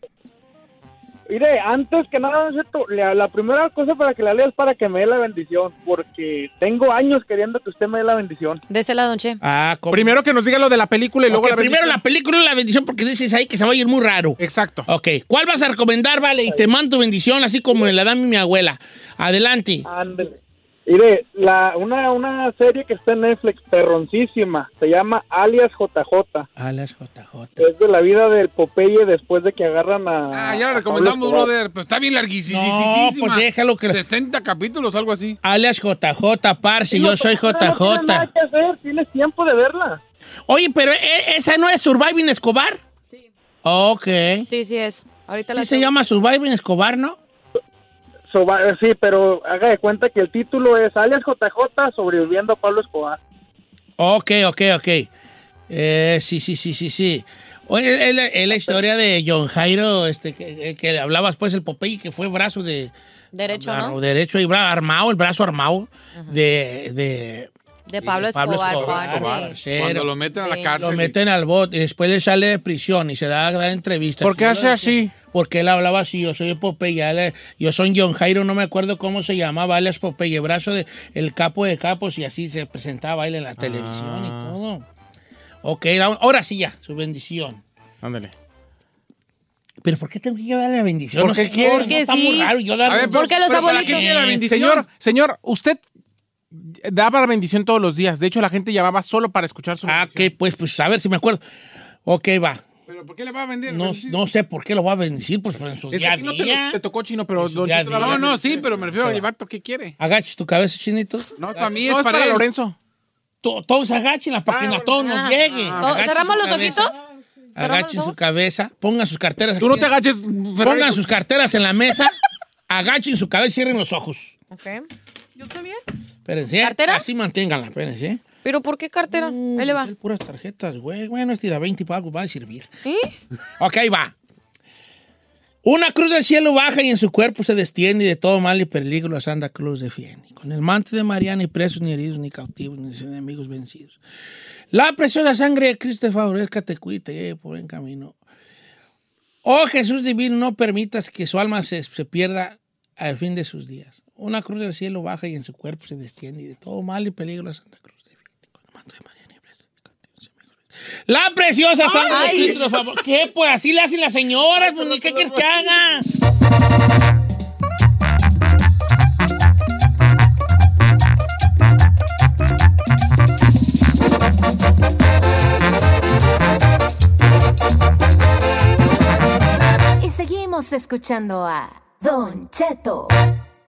Speaker 8: Mire, antes que nada, Don Cheto, la, la primera cosa para que la lea es para que me dé la bendición, porque tengo años queriendo que usted me dé la bendición.
Speaker 4: Désela, don Che.
Speaker 5: Ah, ¿cómo?
Speaker 2: Primero que nos diga lo de la película y luego
Speaker 5: Ok,
Speaker 2: la
Speaker 5: primero
Speaker 2: bendición.
Speaker 5: la película y la bendición porque dices ahí que se va a ir muy raro.
Speaker 2: Exacto.
Speaker 5: Ok, ¿cuál vas a recomendar, vale? Y te mando bendición, así como me la da mi abuela. Adelante.
Speaker 8: Ah. Ándale. Mire, la, una, una serie que está en Netflix, perroncísima, se llama Alias JJ.
Speaker 5: A las JJ.
Speaker 8: Es de la vida del Popeye después de que agarran a.
Speaker 7: Ah, ya
Speaker 8: a
Speaker 7: lo recomendamos,
Speaker 8: Pablo Escobar.
Speaker 7: brother. Pero está bien larguísimo.
Speaker 5: No, pues déjalo que... la-
Speaker 7: 60 capítulos, algo así.
Speaker 5: Alias JJ, parce,
Speaker 8: Digo,
Speaker 5: yo soy
Speaker 8: pero No tienes
Speaker 5: JJ.
Speaker 8: nada que hacer, tienes tiempo de verla.
Speaker 5: Oye, pero ¿e- esa no es Surviving Escobar. Sí. Ok.
Speaker 4: Sí, sí es. Ahorita
Speaker 5: Sí se llama Surviving Escobar, ¿no?
Speaker 8: So- va- eh, sí, pero haga de cuenta que el título es Alias JJ sobreviviendo a Pablo Escobar.
Speaker 5: Ok, ok, ok. Eh, sí, sí, sí, sí, sí. Oye, es la, es la
Speaker 4: Pues,
Speaker 5: historia de John Jairo, este, que, que hablabas pues el Popeye, que fue brazo de...
Speaker 4: Derecho,
Speaker 5: bra-
Speaker 4: ¿no?
Speaker 5: Derecho y bra- armado, el brazo armado de, de
Speaker 4: De Pablo
Speaker 5: de Pablo
Speaker 4: Escobar.
Speaker 5: Escobar,
Speaker 4: padre.
Speaker 5: Escobar.
Speaker 4: Sí.
Speaker 5: Cero.
Speaker 7: Cuando lo meten a la
Speaker 4: Sí.
Speaker 7: cárcel.
Speaker 5: Lo meten al bote, después le sale de prisión y se da la entrevista.
Speaker 2: ¿Por qué
Speaker 5: Sí,
Speaker 2: hace
Speaker 5: lo-
Speaker 2: así?
Speaker 5: Porque él hablaba así, yo soy Popeye, ya le- yo soy John Jairo, no me acuerdo cómo se llamaba, alias Popeye, brazo de el capo de capos y así se presentaba él en la televisión y
Speaker 2: Ah.
Speaker 5: todo. Ok, la- ahora sí ya, su bendición.
Speaker 2: Ándale.
Speaker 5: Pero ¿por qué tengo que yo darle la bendición?
Speaker 2: Porque
Speaker 5: sé,
Speaker 2: quiere.
Speaker 5: no,
Speaker 4: Porque
Speaker 5: está muy
Speaker 4: sí.
Speaker 5: raro yo darle-
Speaker 7: A ver, pero-
Speaker 4: Porque los
Speaker 7: pero ¿para
Speaker 4: abuelitos-
Speaker 7: qué quiere la bendición?
Speaker 2: Señor, señor, usted daba la bendición todos los días. De hecho, la gente llamaba solo para escuchar su
Speaker 5: Ah,
Speaker 2: bendición.
Speaker 5: ok, pues, pues a ver si me acuerdo. Ok, va.
Speaker 7: ¿Pero por qué le va a vender?
Speaker 5: No,
Speaker 7: Bendición.
Speaker 5: no sé por qué lo voy a bendecir, pues en su
Speaker 2: Es que
Speaker 5: día a
Speaker 2: a ti no te,
Speaker 5: día.
Speaker 2: lo- te tocó chino, pero
Speaker 5: Pues,
Speaker 2: Don
Speaker 5: ya
Speaker 2: Cheto daba
Speaker 7: No,
Speaker 5: diga.
Speaker 7: no, sí, pero me refiero al vato, ¿qué quiere?
Speaker 5: Agaches tu cabeza, chinito.
Speaker 7: No, para mí
Speaker 2: Ah, No,
Speaker 7: es para él.
Speaker 2: Lorenzo.
Speaker 5: to- todos agachen la página, todos nos lleguen.
Speaker 4: Ah.
Speaker 5: Agachen
Speaker 4: ¿Cerramos
Speaker 5: su
Speaker 4: los
Speaker 5: cabeza,
Speaker 4: ojitos? ¿Cerramos
Speaker 5: Agachen
Speaker 4: los
Speaker 5: su
Speaker 4: ojos?
Speaker 5: cabeza, pongan sus carteras.
Speaker 2: Tú
Speaker 5: aquí
Speaker 2: no te
Speaker 5: en-
Speaker 2: agaches. Ferrari.
Speaker 5: Pongan sus carteras en la mesa, agachen su cabeza y cierren los ojos.
Speaker 4: Ok.
Speaker 6: Yo también.
Speaker 5: Espérense. ¿eh?
Speaker 4: ¿Cartera?
Speaker 5: Así manténganla, espérense. ¿eh?
Speaker 4: ¿Pero por qué cartera? Ahí le va.
Speaker 5: Son Puras tarjetas, güey. Bueno, este de 20 para algo va a servir.
Speaker 4: ¿Sí?
Speaker 5: Ok, ahí va. Una cruz del cielo baja y en su cuerpo se destiende y de todo mal y peligro a Santa Cruz defiende. Con el manto de María ni presos, ni heridos, ni cautivos, ni enemigos vencidos. La preciosa sangre de Cristo te favorezca, te cuide, te lleve por buen camino. Oh Jesús divino, no permitas que su alma se, se pierda al fin de sus días. Una cruz del cielo baja y en su cuerpo se destiende y de todo mal y peligro a Santa Cruz defiende. Con el manto de María ni presos, ni cautivos, ni enemigos vencidos. La preciosa sangre de Cristo, por favor. ¿Qué? Pues así le hacen las señoras, pues ni qué quieres que hagan.
Speaker 9: Y seguimos escuchando a Don Cheto.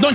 Speaker 5: Don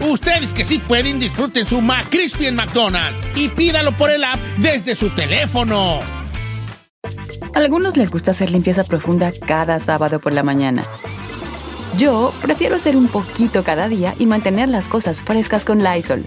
Speaker 5: Ustedes que sí pueden, disfruten su McCrispy en McDonald's y pídalo por el app desde su teléfono.
Speaker 10: Algunos les gusta hacer limpieza profunda cada sábado por la mañana. Yo prefiero hacer un poquito cada día y mantener las cosas frescas con Lysol.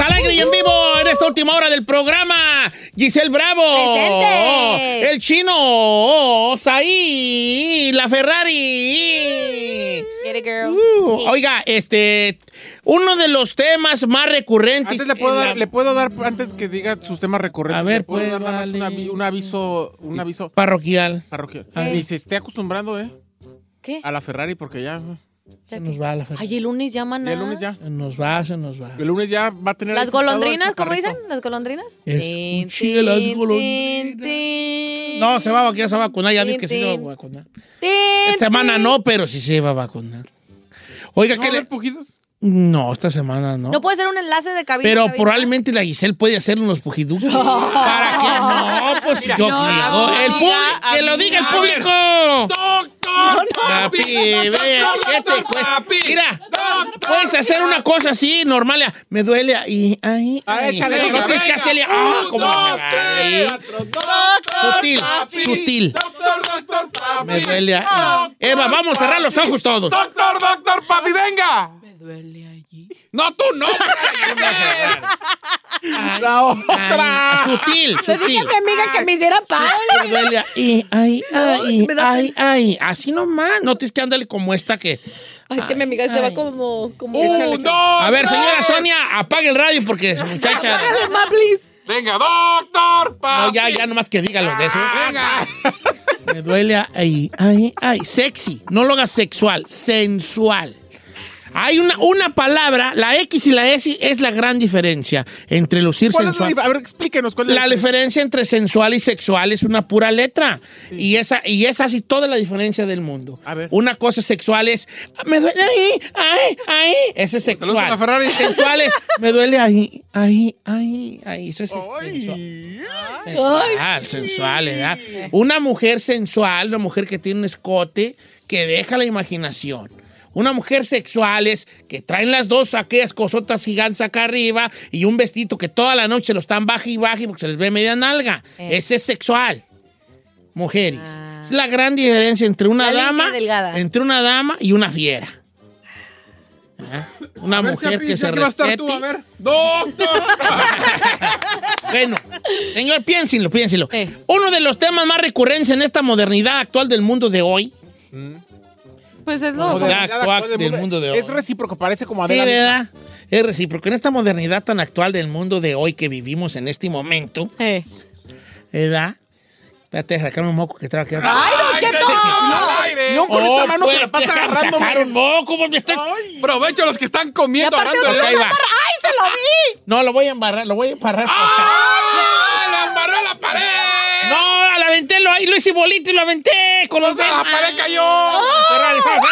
Speaker 5: ¡Al aire y en vivo! En esta última hora del programa, Giselle Bravo.
Speaker 4: Presente.
Speaker 5: El chino. Saí. La Ferrari.
Speaker 4: Get it, girl.
Speaker 5: Uh,
Speaker 4: Sí.
Speaker 5: Oiga, este. Uno de los temas más recurrentes.
Speaker 2: Antes le puedo,
Speaker 5: en
Speaker 2: dar,
Speaker 5: la-
Speaker 2: le puedo dar, antes que diga sus temas recurrentes,
Speaker 5: A ver,
Speaker 2: le puedo
Speaker 5: pues,
Speaker 2: dar nada más un,
Speaker 5: vale.
Speaker 2: avi- un aviso, un aviso
Speaker 5: Parroquial.
Speaker 2: parroquial.
Speaker 5: A ver.
Speaker 2: Ni se esté acostumbrando, ¿eh?
Speaker 4: ¿Qué?
Speaker 2: A la Ferrari, porque ya.
Speaker 4: Ya
Speaker 5: Se
Speaker 4: que-
Speaker 5: nos va la Ferrari.
Speaker 4: Ay, el lunes llaman
Speaker 2: El lunes ya.
Speaker 5: Se nos va, se nos va.
Speaker 2: El lunes ya va a tener. ahí
Speaker 4: Las
Speaker 2: sentado el
Speaker 4: golondrinas, ¿cómo dicen?
Speaker 2: chaparrito.
Speaker 4: ¿Las golondrinas?
Speaker 5: Escuché
Speaker 4: Tin,
Speaker 5: las
Speaker 4: tin,
Speaker 5: golondrinas.
Speaker 4: tin, tin.
Speaker 5: No, se va, a- ya se va a vacunar. Ya vi
Speaker 4: Tin,
Speaker 5: que sí se va a
Speaker 4: tin.
Speaker 5: vacunar.
Speaker 4: Tin,
Speaker 5: Esta semana
Speaker 4: tin.
Speaker 5: no, pero sí se va a vacunar. Oiga,
Speaker 2: ¿No
Speaker 5: ¿qué
Speaker 2: van a
Speaker 5: le.?
Speaker 2: haber pujidos?
Speaker 5: No, esta semana no.
Speaker 4: No puede ser un enlace de cabina.
Speaker 5: Pero
Speaker 4: cabina.
Speaker 5: probablemente la Giselle puede hacer unos pujiductos. ¿Para qué? No, pues yo
Speaker 6: no,
Speaker 5: creo.
Speaker 6: amiga,
Speaker 5: El público- ¡Que lo diga el
Speaker 6: amiga.
Speaker 5: público!
Speaker 3: ¡Doctor!
Speaker 5: Papi, vea, ¿qué te cuesta? Mira, puedes hacer una cosa así, normal. ya. Me duele ahí, ahí,
Speaker 2: Ah,
Speaker 5: ahí.
Speaker 2: échale,
Speaker 5: Pero no
Speaker 2: venga,
Speaker 5: tienes que
Speaker 2: venga.
Speaker 5: hacerle... ¡Ah,
Speaker 3: Un,
Speaker 5: como
Speaker 3: dos,
Speaker 5: la-
Speaker 3: tres.
Speaker 5: Sutil, sutil.
Speaker 3: ¡Doctor, doctor, papi!
Speaker 5: Me duele ahí. Eva, vamos a cerrar los ojos todos.
Speaker 3: ¡Doctor, doctor, papi, venga! Me duele allí. No, tú no.
Speaker 5: ¡La otra! Sutil,
Speaker 4: Le dije a
Speaker 5: sutil.
Speaker 4: mi amiga que me hiciera
Speaker 5: Me
Speaker 4: Paula.
Speaker 5: duele. Ay, ay, ay, ay, ay. Así nomás. No tienes que andarle como esta que.
Speaker 4: Ay, que mi amiga se va como. como
Speaker 3: ¡Un, dos!
Speaker 5: A ver, señora Sonia, apague el radio porque su muchacha.
Speaker 4: Hágale, ma, please.
Speaker 3: Venga, doctor, papi. Ah.
Speaker 5: No, ya, ya nomás que diga lo de eso.
Speaker 3: Venga.
Speaker 5: Me duele. Ay, ay, ay. Sexy. No lo hagas sexual, sensual. Hay una, una palabra, la X y la S es la gran diferencia entre lucir
Speaker 2: ¿Cuál es la
Speaker 5: sensual.
Speaker 2: dif- a ver, explíquenos cuál es
Speaker 5: la diferencia entre sensual y sexual es una pura letra. Y esa y es así toda la diferencia del mundo. Una cosa sexual es me duele ahí, ahí, ahí, ese es sexual. Sensual es me duele ahí, ahí, ahí, ahí, eso es sensual. Sensual, sensual, ¿verdad? Una mujer sensual, una mujer que tiene un escote que deja la imaginación. Una mujer sexual es que traen las dos aquellas cosotas gigantes acá arriba y un vestido que toda la noche lo están baja y baja y porque se les ve media nalga.
Speaker 4: Eh.
Speaker 5: Ese es sexual. Mujeres. Es la gran diferencia entre una
Speaker 4: Ah. La
Speaker 5: dama,
Speaker 4: línea delgada.
Speaker 5: entre una dama y una fiera. Ajá. Una
Speaker 7: A ver,
Speaker 5: mujer
Speaker 7: Capi,
Speaker 5: que
Speaker 7: ya
Speaker 5: se
Speaker 7: que vas a estar
Speaker 5: respete.
Speaker 7: tú, a ver. ¡No!
Speaker 5: Bueno, señor, piénsenlo, piénsenlo. Uno de los temas más recurrentes en esta modernidad actual del mundo de hoy.
Speaker 4: Pues es
Speaker 2: Oh.
Speaker 5: La
Speaker 4: lo
Speaker 5: actual del mundo de hoy.
Speaker 2: Es recíproco, parece como
Speaker 5: Sí,
Speaker 2: Adela misma.
Speaker 5: ¿verdad? Es recíproco. En esta modernidad tan actual del mundo de hoy que vivimos en este momento, ¿verdad? Espérate, sacar un moco que traigo aquí. pues,
Speaker 2: ¡Ay, Don Cheto! No, con
Speaker 5: Oh,
Speaker 2: esa mano se la pasa agarrando,
Speaker 5: agarrando. un moco, porque estoy... Provecho los que están comiendo.
Speaker 2: aparte
Speaker 5: hablando
Speaker 2: lo
Speaker 5: de-
Speaker 2: vas a
Speaker 5: Ahí va.
Speaker 2: atar-
Speaker 4: ¡Ay, se lo vi!
Speaker 5: No, lo voy a embarrar, lo voy a embarrar.
Speaker 7: ¡Ah! ¡La embarró a la pared!
Speaker 5: No, la aventé, lo, ahí lo hice bolito y lo aventé con los dedos.
Speaker 7: la pared cayó!
Speaker 5: Ferrari, Ferrari.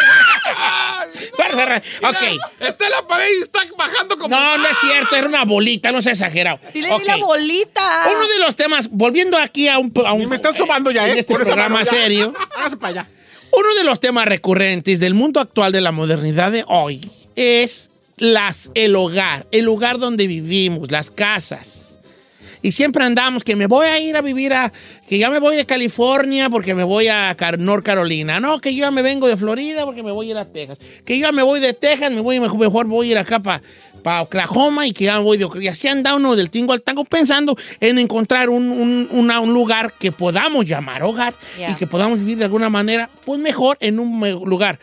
Speaker 5: Ferrari, Ferrari. Ok.
Speaker 7: Está en la pared y está bajando como... ¡Ah!
Speaker 5: No, no es
Speaker 2: ¡ah!
Speaker 5: cierto, era una bolita, no se exagerado.
Speaker 4: Sí le di la
Speaker 5: Ok.
Speaker 4: bolita.
Speaker 5: Uno de los temas, volviendo aquí a un... a un-
Speaker 2: Me están sobando ya,
Speaker 5: en
Speaker 2: ¿eh?
Speaker 5: este
Speaker 2: Con esa
Speaker 5: programa
Speaker 2: mano ya.
Speaker 5: serio.
Speaker 2: Hágase para allá.
Speaker 5: Uno de los temas recurrentes del mundo actual de la modernidad de hoy es las, el hogar, el lugar donde vivimos, las casas. Y siempre andamos que me voy a ir a vivir a, que ya me voy de California porque me voy a Car North Carolina. No, que yo ya me vengo de Florida porque me voy a ir a Texas. Que yo ya me voy de Texas, me voy, mejor, mejor voy a ir acá para Oklahoma y que ya me voy de Oklahoma. Y así anda uno del tingo al tango pensando en encontrar un, un- una- un lugar que podamos llamar hogar
Speaker 11: Ya.
Speaker 5: y que podamos vivir de alguna manera, pues mejor en un me- lugar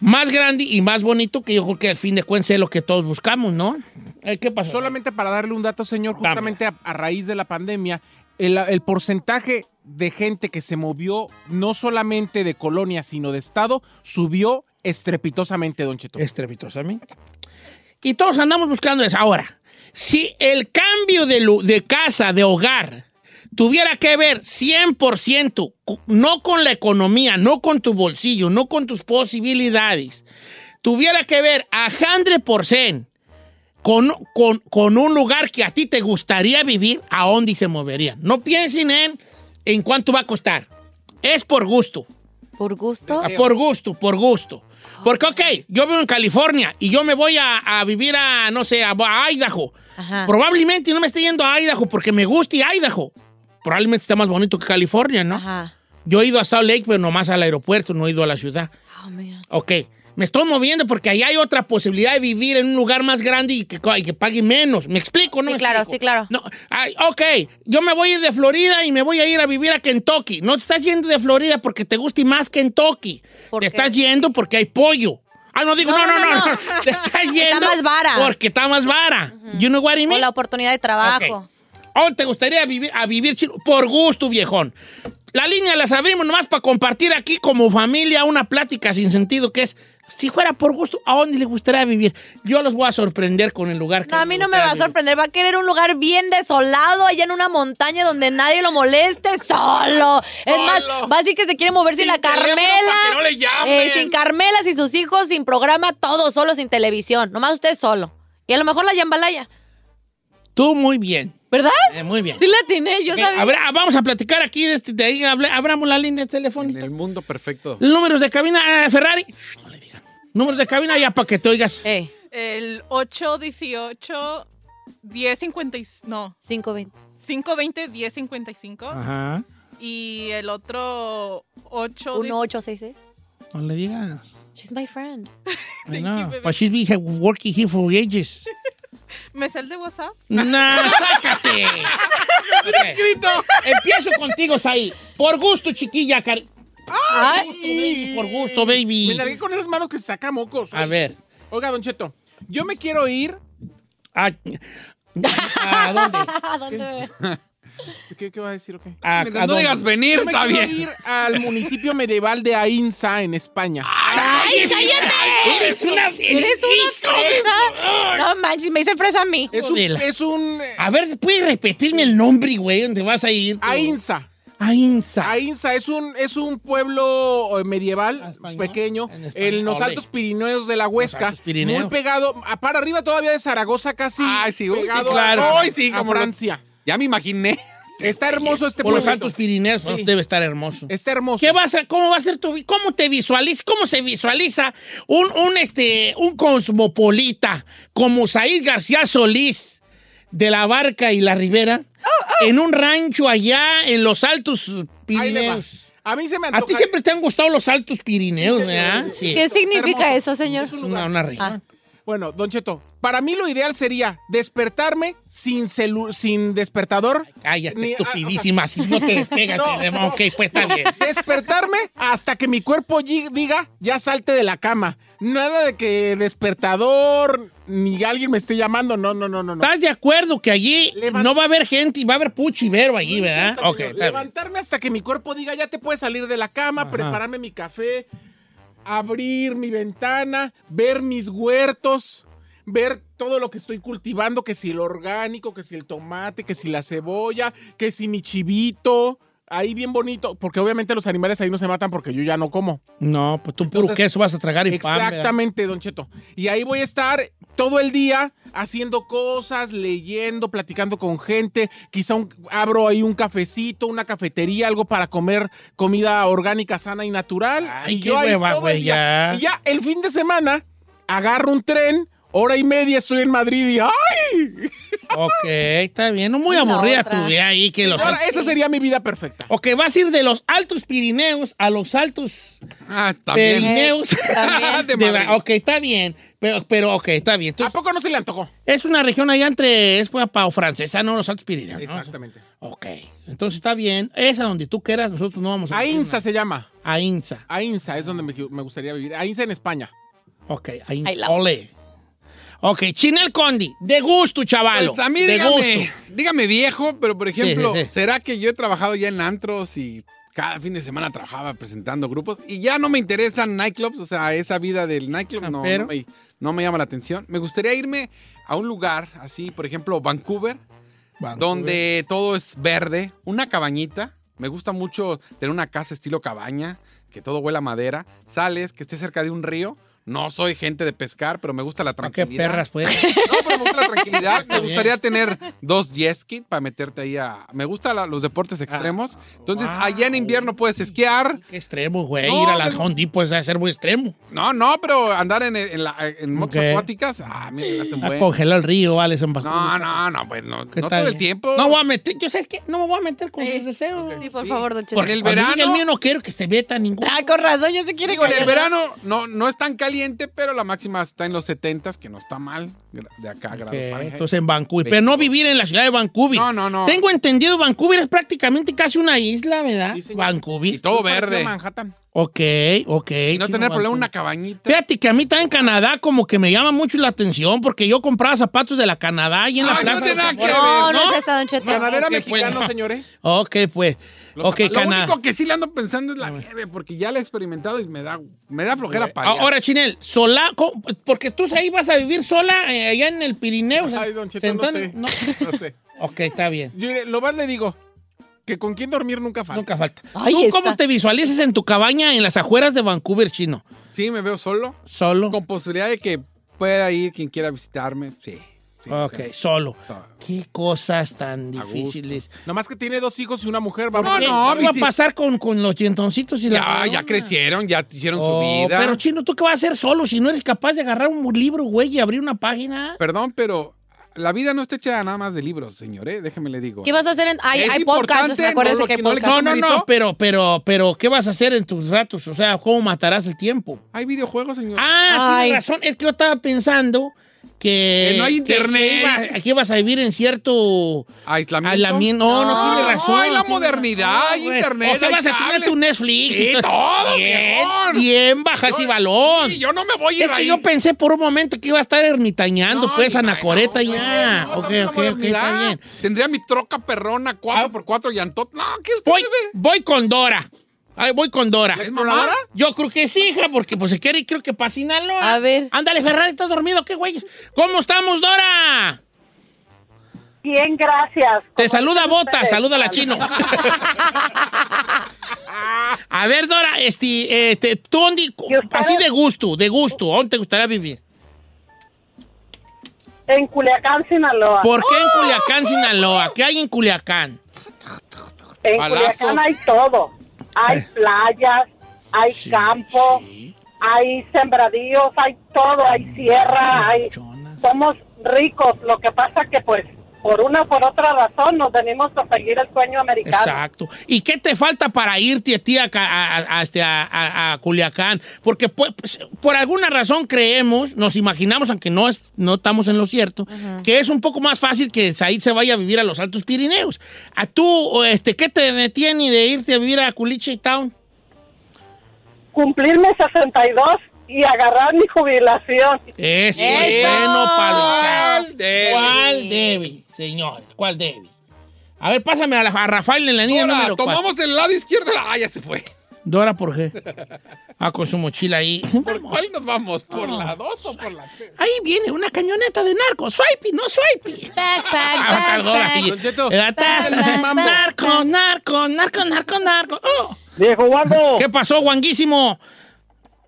Speaker 5: más grande y más bonito que yo creo que al fin de cuentas es lo que todos buscamos, ¿no? Ay, ¿Qué pasó?
Speaker 2: Solamente para darle un dato, señor, justamente a, a raíz de la pandemia, el, el porcentaje de gente que se movió no solamente de colonia, sino de estado, subió estrepitosamente, don Cheto.
Speaker 5: Estrepitosamente. Y todos andamos buscando eso. Ahora, si el cambio de, lu- de casa, de hogar, tuviera que ver 100%, cu- no con la economía, no con tu bolsillo, no con tus posibilidades, tuviera que ver a 100% con, con, con un lugar que a ti te gustaría vivir, ¿a dónde se moverían? No piensen en, en cuánto va a costar. Es por gusto.
Speaker 4: ¿Por gusto?
Speaker 5: Ah, Por gusto, por gusto. Porque, ok, yo vivo en California y yo me voy a, a vivir a, no sé, a, a Idaho.
Speaker 4: Ajá.
Speaker 5: Probablemente no me esté yendo a Idaho porque me guste Idaho. Probablemente está más bonito que California, ¿no? Yo he ido a Salt Lake, pero nomás al aeropuerto, no he ido a la ciudad.
Speaker 4: Oh,
Speaker 5: Ok, me estoy moviendo porque ahí hay otra posibilidad de vivir en un lugar más grande y que, y que pague menos. ¿Me explico, no?
Speaker 4: Sí,
Speaker 5: me
Speaker 4: claro,
Speaker 5: explico?
Speaker 4: sí, claro.
Speaker 5: No, ay, ok, yo me voy a ir de Florida y me voy a ir a vivir a Kentucky. No te estás yendo de Florida porque te guste más Kentucky. Te estás yendo porque hay pollo. Ah, no digo, no, no, no. no, Te estás yendo.
Speaker 4: más vara.
Speaker 5: Porque está más vara. You know what I mean?
Speaker 4: O la oportunidad de trabajo.
Speaker 5: Ok. ¿O te gustaría vivir, a vivir chino? Por gusto, viejón. La línea las abrimos nomás para compartir aquí como familia una plática sin sentido que es, si fuera por gusto, ¿a dónde le gustaría vivir? Yo los voy a sorprender con el lugar que
Speaker 4: No, a mí no me va a sorprender. Va a querer un lugar bien desolado, allá en una montaña donde nadie lo moleste, solo. Es más, va a decir que se quiere mover sin, la Carmela.
Speaker 5: que no le llamen.
Speaker 4: eh, sin Carmela, sin sus hijos, sin programa, todo solo, sin televisión. Nomás usted solo. Y a lo mejor la Yambalaya.
Speaker 5: Tú muy bien.
Speaker 4: ¿Verdad?
Speaker 5: Eh, muy bien.
Speaker 4: Sí la tiene, yo
Speaker 5: Ok,
Speaker 4: sabía.
Speaker 5: a ver, ah, vamos a platicar aquí, de, este- de ahí hable- abramos la línea telefónica.
Speaker 7: El mundo perfecto.
Speaker 5: Números de cabina, eh, Ferrari. Shh, no le digan. Números de cabina ya para que te oigas.
Speaker 4: Eh,
Speaker 6: El 818 1050. y- No.
Speaker 4: 520.
Speaker 6: 520 1055.
Speaker 5: Ajá.
Speaker 6: Y el otro 8.
Speaker 4: 1866.
Speaker 5: No le digas.
Speaker 4: ¿eh? She's my friend.
Speaker 5: I know. But she's been working here for ages.
Speaker 6: ¿Me sale de WhatsApp?
Speaker 5: ¡No, sácate! Ok. Empiezo contigo, Saí. Por gusto, chiquilla. car-
Speaker 2: Ay,
Speaker 5: por gusto, baby.
Speaker 2: Me largué con esas manos que se saca mocos.
Speaker 5: A
Speaker 2: oye.
Speaker 5: ver.
Speaker 2: Oiga, don Cheto, yo me quiero ir.
Speaker 5: ¿A, Ah, ¿a dónde?
Speaker 4: ¿A dónde bebé?
Speaker 2: ¿Qué, qué va a decir o qué?
Speaker 5: Ah, ¿A- a dónde? Ah,
Speaker 2: Yo me quiero ir al municipio medieval de Ainsa, en España.
Speaker 4: ¡Ay, cállate!
Speaker 5: Eres una-
Speaker 4: ¡Eres una fresa! No manches, me dice fresa a mí.
Speaker 2: Es un, es un eh,
Speaker 5: A ver, ¿puedes repetirme el nombre, güey? ¿Dónde vas a ir? tú?
Speaker 2: Ainsa.
Speaker 5: Ainsa.
Speaker 2: Ainsa es un, es un pueblo eh, medieval pequeño en,
Speaker 5: español.
Speaker 2: los
Speaker 5: Ole.
Speaker 2: Altos Pirineos de la Huesca.
Speaker 5: Altos Pirineos.
Speaker 2: Muy pegado, a- para arriba todavía de Zaragoza casi.
Speaker 7: Ay, sí, uy, sí,
Speaker 2: pegado
Speaker 7: claro.
Speaker 2: a,
Speaker 7: Ay, sí,
Speaker 2: a
Speaker 7: como lo-
Speaker 2: Francia.
Speaker 7: Ya me imaginé.
Speaker 2: Está hermoso este
Speaker 5: Por
Speaker 2: pueblo.
Speaker 5: los Santos Pirineos
Speaker 2: Sí.
Speaker 5: debe estar hermoso.
Speaker 2: Está hermoso.
Speaker 5: ¿Qué vas a, cómo va a ser tu, vi- cómo te visualiza, cómo se visualiza un, un, este, un cosmopolita como Said García Solís de la Barca y la Ribera en un rancho allá en los Altos
Speaker 2: Oh, Ahí le va.
Speaker 5: Pirineos?
Speaker 2: A mí se me
Speaker 5: A
Speaker 2: antoja.
Speaker 5: ti siempre te han gustado los Altos Pirineos, ¿verdad? Sí.
Speaker 4: ¿Qué significa
Speaker 2: hermoso.
Speaker 4: eso, señor?
Speaker 5: Una, una reina.
Speaker 4: Ah.
Speaker 2: Bueno, Don Cheto, para mí lo ideal sería despertarme sin celu- sin despertador.
Speaker 5: Cállate,
Speaker 2: Ni- ah,
Speaker 5: estupidísima, si no te despegas.
Speaker 2: No,
Speaker 5: te-
Speaker 2: no,
Speaker 5: ok, pues está bien.
Speaker 2: Despertarme hasta que mi cuerpo lli- diga, ya salte de la cama. Nada de que despertador, ni alguien me esté llamando. No, no, no, no. no.
Speaker 5: ¿Estás de acuerdo que allí
Speaker 2: Levanta-
Speaker 5: no va a haber gente y va a haber puchivero allí, ¿verdad?
Speaker 2: Señor,
Speaker 5: Ok, está bien.
Speaker 2: Levantarme hasta que mi cuerpo diga, ya te puedes salir de la cama, prepararme mi café, abrir mi ventana, ver mis huertos, ver todo lo que estoy cultivando, que si el orgánico, que si el tomate, que si la cebolla, que si mi chivito. Ahí bien bonito, porque obviamente los animales ahí no se matan porque yo ya no como.
Speaker 5: No, pues tú puro
Speaker 2: Entonces,
Speaker 5: queso vas a tragar y pan. ¿verdad?
Speaker 2: Exactamente, Don Cheto. Y ahí voy a estar todo el día haciendo cosas, leyendo, platicando con gente. Quizá un- abro ahí un cafecito, una cafetería, algo para comer comida orgánica, sana y natural.
Speaker 5: Ay,
Speaker 2: y
Speaker 5: qué
Speaker 2: ahí
Speaker 5: hueva,
Speaker 2: todo el
Speaker 5: güey,
Speaker 2: día.
Speaker 5: ya.
Speaker 2: Y ya el fin de semana agarro un tren, hora y media estoy en Madrid y ¡ay!
Speaker 5: Ok, está bien. No muy
Speaker 4: Una
Speaker 5: aburrida
Speaker 4: otra.
Speaker 5: tu vida ahí que los.
Speaker 2: Ahora, esa sería mi vida perfecta.
Speaker 5: Ok, vas a ir de los altos Pirineos a los altos
Speaker 7: Ah, está bien.
Speaker 5: Pirineos.
Speaker 4: Eh, También.
Speaker 5: De
Speaker 7: De Madrid.
Speaker 5: verdad, ok, está bien. Pero, pero ok, está bien.
Speaker 2: ¿A
Speaker 5: Entonces,
Speaker 2: poco no se le antojó?
Speaker 5: es una región allá entre. Es pues, pa- francesa, ¿no? Los altos Pirineos. ¿no?
Speaker 2: Exactamente.
Speaker 5: Ok, entonces está bien. Esa donde tú quieras, nosotros no vamos a.
Speaker 2: Ainsa se llama.
Speaker 5: A Insa.
Speaker 2: Ainsa es donde me, me gustaría vivir. Ainsa en España.
Speaker 5: Ok, a Insa.
Speaker 4: Ahí la-
Speaker 5: Ole. Ok, Chinel Condi. De gusto, chaval.
Speaker 7: Pues a mí
Speaker 5: de
Speaker 7: dígame,
Speaker 5: gusto.
Speaker 7: dígame viejo, pero por ejemplo,
Speaker 5: Sí, sí, sí.
Speaker 7: ¿será que yo he trabajado ya en antros y cada fin de semana trabajaba presentando grupos y ya no me interesan nightclubs? O sea, esa vida del nightclub no,
Speaker 5: Ah, Pero-
Speaker 7: no me, no me llama la atención. Me gustaría irme a un lugar así, por ejemplo, Vancouver, donde todo es verde, una cabañita. Me gusta mucho tener una casa estilo cabaña, que todo huela a madera. Sales, que esté cerca de un río. No soy gente de pescar, pero me gusta la
Speaker 5: Ah, Qué
Speaker 7: tranquilidad.
Speaker 5: perras, pues.
Speaker 7: No, pero me gusta la tranquilidad. Me
Speaker 5: bien.
Speaker 7: gustaría tener dos jet ski para meterte ahí a. Me gustan la- los deportes
Speaker 5: Ah.
Speaker 7: extremos. Entonces,
Speaker 5: wow.
Speaker 7: allá en invierno puedes esquiar.
Speaker 5: Qué extremo, güey.
Speaker 7: No,
Speaker 5: ir a las
Speaker 7: que-
Speaker 5: Home Depot es a ser muy extremo.
Speaker 7: No, no, pero andar en, en, la- en motos
Speaker 5: Ok.
Speaker 7: acuáticas. Ah, mira, late un
Speaker 5: A
Speaker 7: buen.
Speaker 5: congelar el río, vale, son vacunas.
Speaker 7: No, no, no, pues no,
Speaker 5: ¿Qué
Speaker 7: no
Speaker 5: tal?
Speaker 7: todo el tiempo.
Speaker 5: No voy a meter, yo sabes que no me voy a meter con
Speaker 4: Eh,
Speaker 5: sus deseos.
Speaker 4: Sí, por favor, don Cheto.
Speaker 7: Porque- En el
Speaker 5: Cuando llegue
Speaker 7: verano-
Speaker 5: el mío no quiero que se veta ningún.
Speaker 4: Ah, con razón, ya se quiere
Speaker 7: Digo, en el
Speaker 4: callar.
Speaker 7: verano no, no es tan caliente, pero la máxima está en los 70, que no está mal. gra- De acá, grados
Speaker 5: Ok,
Speaker 7: Fahrenheit.
Speaker 5: entonces en Vancouver, pero no vivir en la ciudad de Vancouver.
Speaker 7: No, no, no.
Speaker 5: Tengo entendido, Vancouver es prácticamente casi una isla, ¿verdad?
Speaker 2: Sí, señor.
Speaker 5: Vancouver.
Speaker 7: Y todo
Speaker 2: Parecido a
Speaker 7: verde.
Speaker 2: Manhattan.
Speaker 5: Ok, ok.
Speaker 7: Y no
Speaker 5: sí,
Speaker 7: tener problema
Speaker 5: Vancouver.
Speaker 7: una cabañita.
Speaker 5: Fíjate que a mí está en Canadá como que me llama mucho la atención porque yo compraba zapatos de la Canadá y en la
Speaker 7: Ay, Ah, no
Speaker 5: plaza.
Speaker 7: tiene nada que
Speaker 4: No,
Speaker 7: ver,
Speaker 4: no
Speaker 5: ¿no?
Speaker 4: es esa, don Cheto.
Speaker 2: Ganadera
Speaker 5: ok,
Speaker 2: mexicano,
Speaker 5: pues.
Speaker 2: señores.
Speaker 5: Ok, pues.
Speaker 7: Los
Speaker 5: ok,
Speaker 7: zapatos. lo
Speaker 5: Canadá.
Speaker 7: único que sí le ando pensando es la nieve, porque ya la he experimentado y me da, me da flojera para
Speaker 5: Ahora, Chinel, sola, co- porque tú ahí vas a vivir sola eh, allá en el Pirineo.
Speaker 2: Ay, don Cheto, no
Speaker 5: sentado-
Speaker 2: sé. No, sé.
Speaker 5: Ok, está bien.
Speaker 2: Yo, eh, lo más le digo, que con quién dormir nunca falta.
Speaker 5: Nunca falta.
Speaker 4: Ahí
Speaker 5: ¿Tú
Speaker 4: está.
Speaker 5: cómo te visualizas en tu cabaña en las afueras de Vancouver, chino?
Speaker 7: Sí, me veo solo,
Speaker 5: Solo.
Speaker 7: con posibilidad de que pueda ir quien quiera visitarme. Sí. sí,
Speaker 5: ok,
Speaker 7: sí.
Speaker 5: solo.
Speaker 7: Solo.
Speaker 5: Qué cosas tan
Speaker 7: Ah. gusto.
Speaker 5: difíciles.
Speaker 2: Nomás que tiene dos hijos y una mujer. Vamos.
Speaker 7: No,
Speaker 5: ¿Qué va a
Speaker 7: visi-
Speaker 5: pasar con, con los dientoncitos y la.
Speaker 7: Ya, ya
Speaker 5: corona?
Speaker 7: crecieron, ya hicieron
Speaker 5: Oh,
Speaker 7: su vida.
Speaker 5: Pero, chino, ¿tú qué vas a hacer solo si no eres capaz de agarrar un libro, güey, y abrir una página?
Speaker 7: Perdón, pero la vida no está hecha nada más de libros, señores. Déjeme le digo.
Speaker 4: ¿Qué vas a hacer en.? Ay,
Speaker 7: Es
Speaker 4: hay podcasts,
Speaker 7: importante, no
Speaker 4: acuérdense
Speaker 7: lo
Speaker 4: que hay
Speaker 7: que no le-
Speaker 4: podcasts.
Speaker 5: No, no,
Speaker 7: ¿Mérito?
Speaker 5: no, pero, pero, pero, ¿qué vas a hacer en tus ratos? O sea, ¿cómo matarás el tiempo?
Speaker 7: Hay videojuegos, señor.
Speaker 5: Ah,
Speaker 4: Ay.
Speaker 5: tienes razón. Es que yo estaba pensando que.
Speaker 7: Que no hay
Speaker 5: que-
Speaker 7: internet.
Speaker 5: que iba- Aquí vas a vivir en cierto.
Speaker 7: Aislamiento.
Speaker 5: aislamiento. No, no,
Speaker 7: No,
Speaker 5: tiene razón.
Speaker 7: hay la
Speaker 5: tiene
Speaker 7: modernidad,
Speaker 5: razón,
Speaker 7: hay
Speaker 5: güey.
Speaker 7: internet,
Speaker 5: O sea,
Speaker 7: hay
Speaker 5: vas a tener
Speaker 7: cable.
Speaker 5: tu Netflix.
Speaker 7: Sí, todo,
Speaker 5: Bien,
Speaker 7: viejón.
Speaker 5: bien, bajas y balón.
Speaker 7: Sí, yo no me voy a ir
Speaker 5: es que
Speaker 7: ahí.
Speaker 5: yo pensé por un momento que iba a estar ermitañando,
Speaker 7: No,
Speaker 5: pues,
Speaker 7: ni-
Speaker 5: anacoreta
Speaker 7: ay, no,
Speaker 5: ya.
Speaker 7: no, no,
Speaker 5: ok,
Speaker 7: también la
Speaker 5: ok, ok, está
Speaker 7: modernidad.
Speaker 5: bien. Ah.
Speaker 7: Tendría mi troca perrona 4x4 llantot. No, ¿qué usted
Speaker 5: Voy,
Speaker 7: ve?
Speaker 5: voy con Dora. Ahí voy con Dora.
Speaker 2: ¿Es mamá?
Speaker 5: Yo creo que sí, hija, porque pues se quiere y creo que para Sinaloa. A ver. Ándale, Ferrari, estás dormido, qué güeyes. ¿Cómo estamos, Dora?
Speaker 11: Bien, gracias.
Speaker 5: Te saluda Bota, saluda a
Speaker 11: Ah,
Speaker 5: la chino. a ver, Dora, este, este, tú dónde- así de gusto, de gusto, ¿dónde te gustaría vivir?
Speaker 11: En Culiacán, Sinaloa. ¡Oh!
Speaker 5: ¿Por qué en Culiacán, Sinaloa? ¿Qué hay en Culiacán?
Speaker 11: En
Speaker 5: Palazos.
Speaker 11: Culiacán hay todo. Hay playas, hay campo, hay sembradíos, hay todo, hay sierra, hay... Somos ricos, lo que pasa que pues por una o por otra razón nos venimos a seguir el sueño americano.
Speaker 5: Exacto. ¿Y qué te falta para irte a ti a, ca- a- a- a- este, a- a- a Culiacán? Porque pu- pues, por alguna razón creemos, nos imaginamos, aunque no, es, no estamos en lo cierto, que es un poco más fácil que Said se vaya a vivir a los Altos Pirineos. ¿A tú, o, este, qué te detiene de irte a vivir a Culiche Town?
Speaker 11: Cumplirme 62 y agarrar mi jubilación.
Speaker 5: Eso,
Speaker 11: ¡Eso!
Speaker 5: bueno, palo. ¿Cuál
Speaker 11: debe?
Speaker 5: ¿Cuál debe, señor? ¿Cuál debe? A ver, pásame a, la- a Rafael en la línea
Speaker 7: Dora,
Speaker 5: número cuatro.
Speaker 7: tomamos el lado izquierdo. Ah, ya se fue.
Speaker 5: Dora, ¿por qué? Ah, con su mochila ahí.
Speaker 7: ¿Por cuál nos vamos? ¿Por la 2 o por la 3?
Speaker 5: Ahí viene una camioneta de narco. Swipey, no swipey. Ah,
Speaker 7: backpack,
Speaker 5: perdón,
Speaker 7: backpack.
Speaker 5: ahí.
Speaker 7: Don Cheto,
Speaker 5: Eh, atrás.
Speaker 7: backpack, backpack.
Speaker 5: Narco, narco, narco, narco, narco. Oh.
Speaker 12: Viejo Wango.
Speaker 5: ¿Qué pasó, Wanguísimo?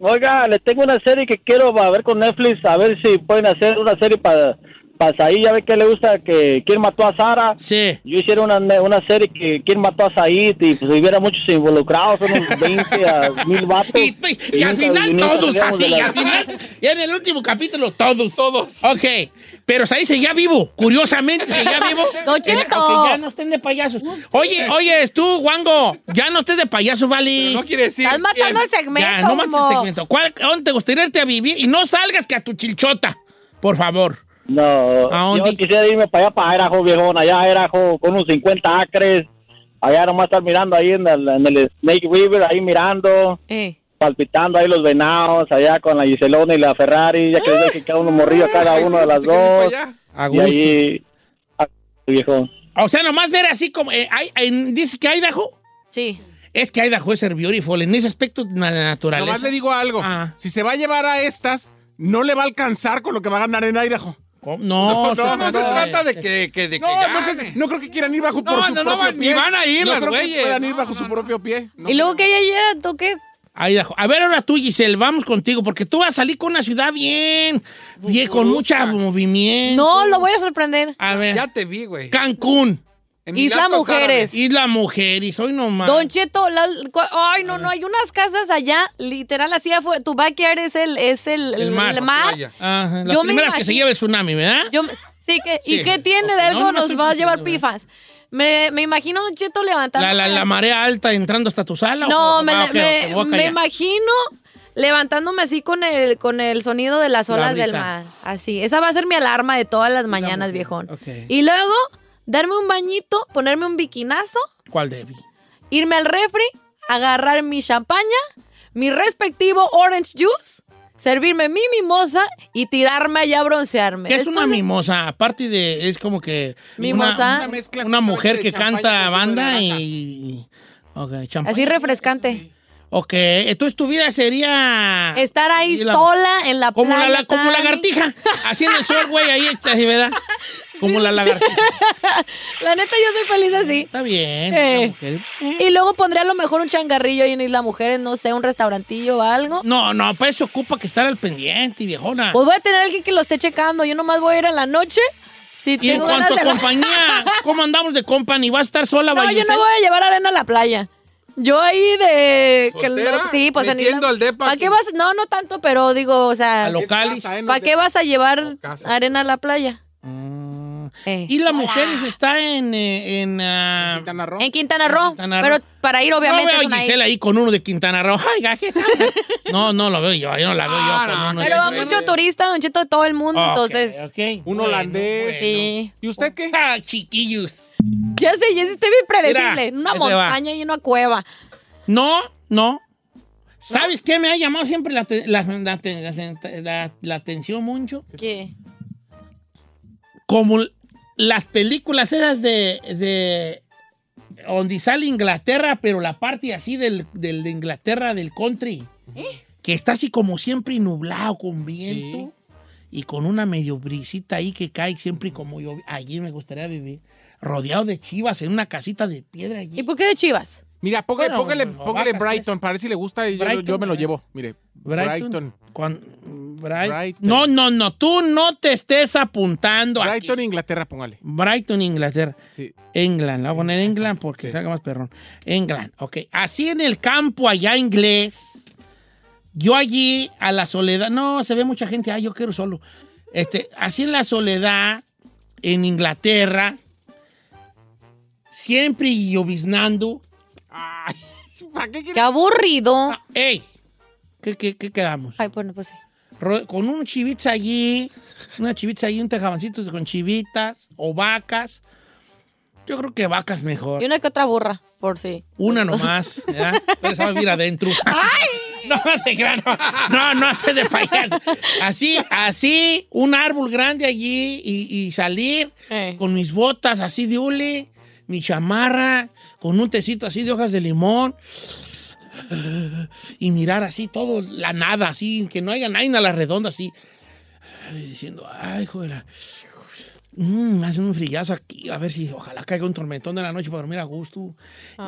Speaker 12: Oiga, le tengo una serie que quiero va, a ver con Netflix, a ver si pueden hacer una serie para para ahí, ya ve que le gusta que quién mató a Sara.
Speaker 5: Sí.
Speaker 12: Yo hiciera una, ne- una serie que quién mató a Said y pues hubiera muchos involucrados, unos 20 a 1000 vatos. Y,
Speaker 5: Y al
Speaker 12: nunca- y
Speaker 5: final
Speaker 12: nunca
Speaker 5: todos
Speaker 12: salíamos de
Speaker 5: así,
Speaker 12: la-
Speaker 5: al final, ya en el último capítulo, todos. Todos. Ok, pero ahí seguía vivo, curiosamente seguía vivo.
Speaker 4: Don Cheto.
Speaker 5: En- aunque ya no estén de payasos. Oye, oye, tú, Wango, ya no estés de payaso, ¿vale? No
Speaker 7: quiere decir
Speaker 4: Estás matando quién. el segmento,
Speaker 5: Ya, no mates
Speaker 4: Momo.
Speaker 5: el segmento. ¿Cuál, a ¿Dónde te gustaría irte a vivir? Y no salgas que a tu chilchota, por favor.
Speaker 12: No, yo quisiera irme para allá, para Idaho, viejón, allá Idaho, con unos 50 acres, allá nomás estar mirando ahí en el, en el Snake River, ahí mirando,
Speaker 4: Eh,
Speaker 12: palpitando ahí los venados, allá con la Giselona y la Ferrari, ya que les dije que cada uno morrillo a cada uno de las dos,
Speaker 5: A
Speaker 12: y
Speaker 5: gusto.
Speaker 12: ahí, ah, a- viejón.
Speaker 5: O sea, nomás ver así como. eh, hay- en- ¿Dices que Idaho?
Speaker 4: Sí.
Speaker 5: Es que Idaho es ser beautiful. En ese aspecto, na- la naturaleza.
Speaker 2: Nomás le digo algo. Si se va a llevar a estas, no le va a alcanzar con lo que va a ganar en Idaho.
Speaker 5: No,
Speaker 7: no, no, se trata de que, que, de que
Speaker 2: No, no
Speaker 7: gane.
Speaker 2: creo, no creo que quieran ir bajo por
Speaker 7: No,
Speaker 2: su
Speaker 7: no, no
Speaker 2: propio
Speaker 7: van- ni
Speaker 2: pie.
Speaker 7: van a ir
Speaker 2: No
Speaker 7: las
Speaker 2: creo que
Speaker 7: güeyes.
Speaker 2: puedan ir bajo su propio pie. No.
Speaker 4: y luego que ella llega, ¿tú qué?
Speaker 5: Idaho. A ver, ahora tú, Giselle, vamos contigo, porque tú vas a salir con una ciudad bien, bien con mucho movimiento.
Speaker 4: No, lo voy a sorprender.
Speaker 5: A ver.
Speaker 7: Ya te vi, güey.
Speaker 5: Cancún.
Speaker 4: Isla Emiratos Mujeres. Árabes.
Speaker 5: Isla Mujeres, hoy nomás.
Speaker 4: Don Cheto, la- cua- ay, no, no, hay unas casas allá, literal, así afuera. Tu backyard es el, es el,
Speaker 5: el mar.
Speaker 4: el mar.
Speaker 5: Ajá, las
Speaker 4: Yo me
Speaker 5: primeras que se
Speaker 4: imagino-
Speaker 5: lleva el tsunami, ¿verdad?
Speaker 4: Yo me- sí, que, ¿y
Speaker 5: Sí.
Speaker 4: qué tiene de algo?
Speaker 5: no me
Speaker 4: Nos
Speaker 5: estoy
Speaker 4: va a llevar
Speaker 5: diciendo,
Speaker 4: pifas. Me, me imagino a Don Cheto levantando.
Speaker 5: La, la, la marea alta entrando hasta tu sala.
Speaker 4: No,
Speaker 5: o-
Speaker 4: me,
Speaker 5: Ah,
Speaker 4: la-
Speaker 5: ok,
Speaker 4: me-
Speaker 5: te voy a
Speaker 4: me
Speaker 5: callar.
Speaker 4: imagino levantándome así con el, con el sonido de las
Speaker 5: La
Speaker 4: olas
Speaker 5: brisa.
Speaker 4: del mar. Así. Esa va a ser mi alarma de todas las mañanas, viejón. Y luego, darme un bañito, ponerme un biquinazo,
Speaker 5: ¿Cuál Debbie?
Speaker 4: irme al refri, agarrar mi champaña, mi respectivo orange juice, servirme mi mimosa y tirarme allá a broncearme.
Speaker 5: ¿Qué es
Speaker 4: Después
Speaker 5: una
Speaker 4: de-
Speaker 5: mimosa? Aparte de, es como que... una-
Speaker 4: Mimosa.
Speaker 5: Una, una mujer que
Speaker 4: champaña
Speaker 5: canta
Speaker 4: con
Speaker 5: banda
Speaker 4: jugo de
Speaker 5: y... Ok, champaña.
Speaker 4: Así refrescante.
Speaker 5: Ok, entonces tu vida sería...
Speaker 4: Estar ahí
Speaker 5: Ah, Y la-
Speaker 4: sola en la
Speaker 5: Como la,
Speaker 4: playa.
Speaker 5: la- como
Speaker 4: Tami.
Speaker 5: lagartija, haciendo el sol, güey, ahí, así, ¿verdad? Como la lagartija.
Speaker 4: La neta, yo soy feliz así.
Speaker 5: Está bien.
Speaker 4: Eh.
Speaker 5: la mujer.
Speaker 4: Y luego pondría a lo mejor un changarrillo ahí en Isla Mujeres, no sé, un restaurantillo o algo.
Speaker 5: No, no, para eso ocupa que estar al pendiente, viejona.
Speaker 4: Pues voy a tener alguien que lo esté checando. Yo nomás voy a ir en la noche. Si
Speaker 5: Y en
Speaker 4: tengo ganas
Speaker 5: cuanto
Speaker 4: de
Speaker 5: a
Speaker 4: la-
Speaker 5: compañía, ¿cómo andamos de company? ¿Va a estar sola,
Speaker 4: No, yo
Speaker 5: Bayucel?
Speaker 4: no voy a llevar arena a la playa. Yo ahí de... que
Speaker 5: ¿Soltera?
Speaker 4: lo- Sí, pues en
Speaker 5: Metiendo
Speaker 4: Isla-
Speaker 5: al depa
Speaker 4: ¿Para qué vas? No, no tanto, pero digo, o sea...
Speaker 5: A lo Es cáliz. casa, ¿eh? No
Speaker 4: ¿Para
Speaker 5: te-
Speaker 4: qué vas a llevar arena a la playa?
Speaker 5: Mm.
Speaker 4: Eh,
Speaker 5: Y la mujer está en, eh, en, ah,
Speaker 4: En Quintana Roo.
Speaker 5: Quintana Roo.
Speaker 4: pero para ir, obviamente,
Speaker 5: No
Speaker 4: es
Speaker 5: veo
Speaker 4: una
Speaker 5: a Gisela
Speaker 4: isla.
Speaker 5: ahí con uno de Quintana Roo. Ay, gajeta. No, no lo veo yo, yo no la veo yo con uno de
Speaker 4: Ah, Pero va mucho turista, don Cheto, de todo el mundo,
Speaker 5: Ok,
Speaker 4: entonces...
Speaker 5: ok.
Speaker 2: Un holandés.
Speaker 4: Sí.
Speaker 2: ¿Y usted qué?
Speaker 5: Ah, chiquillos.
Speaker 4: Ya sé, ya sé, estoy bien predecible.
Speaker 5: Mira,
Speaker 4: En una
Speaker 5: ahí te va.
Speaker 4: montaña y en una cueva.
Speaker 5: No, no. ¿Sabes qué me ha llamado siempre la, te- la- la te- la- la- la atención mucho?
Speaker 4: ¿Qué?
Speaker 5: Como l- las películas esas de, de donde sale Inglaterra, pero la parte así del, del- de Inglaterra del country,
Speaker 4: ¿Eh?
Speaker 5: que está así como siempre nublado con viento y con una medio brisita ahí que cae siempre como yo. Allí me gustaría vivir, rodeado de chivas en una casita de piedra allí.
Speaker 4: ¿Y por qué de Chivas?
Speaker 2: Mira, póngale,
Speaker 5: Bueno,
Speaker 2: póngale,
Speaker 5: no,
Speaker 2: póngale
Speaker 5: vacas,
Speaker 2: Brighton, para ver si le gusta y yo,
Speaker 5: Brighton,
Speaker 2: yo me lo
Speaker 5: ¿verdad?
Speaker 2: llevo. Mire,
Speaker 5: Brighton.
Speaker 2: Brighton.
Speaker 5: Bright- No, no, no, tú no te estés apuntando
Speaker 2: Brighton, Inglaterra, póngale.
Speaker 5: Brighton, Inglaterra.
Speaker 2: Sí.
Speaker 5: England, la voy a poner England porque se haga más perrón. England, ok. Así en el campo allá inglés, yo allí a la soledad, no, se ve mucha gente, ah, yo quiero solo. Este, así en la soledad, en Inglaterra, siempre lloviznando. Ah,
Speaker 4: ¡Qué aburrido!
Speaker 5: ¡Ey! ¿Qué, qué, qué quedamos?
Speaker 4: Ay, bueno, pues sí.
Speaker 5: Ro- con un chivitza allí, una chivitza allí, un tejabancito con chivitas o vacas. Yo creo que vacas mejor.
Speaker 4: Y una que otra burra, por si.
Speaker 5: Una nomás, ¿verdad? Pero esa va a vivir adentro. No, se crean, no, no, no hace de payaso. Así, así, un árbol grande allí y, y salir
Speaker 4: Eh,
Speaker 5: con mis botas así de hule, mi chamarra, con un tecito así de hojas de limón y mirar así todo, la nada, así, que no haya nadie a la redonda, así, diciendo, ay, joder, mm, hacen un frillazo aquí, a ver si, ojalá caiga un tormentón de la noche para dormir a gusto.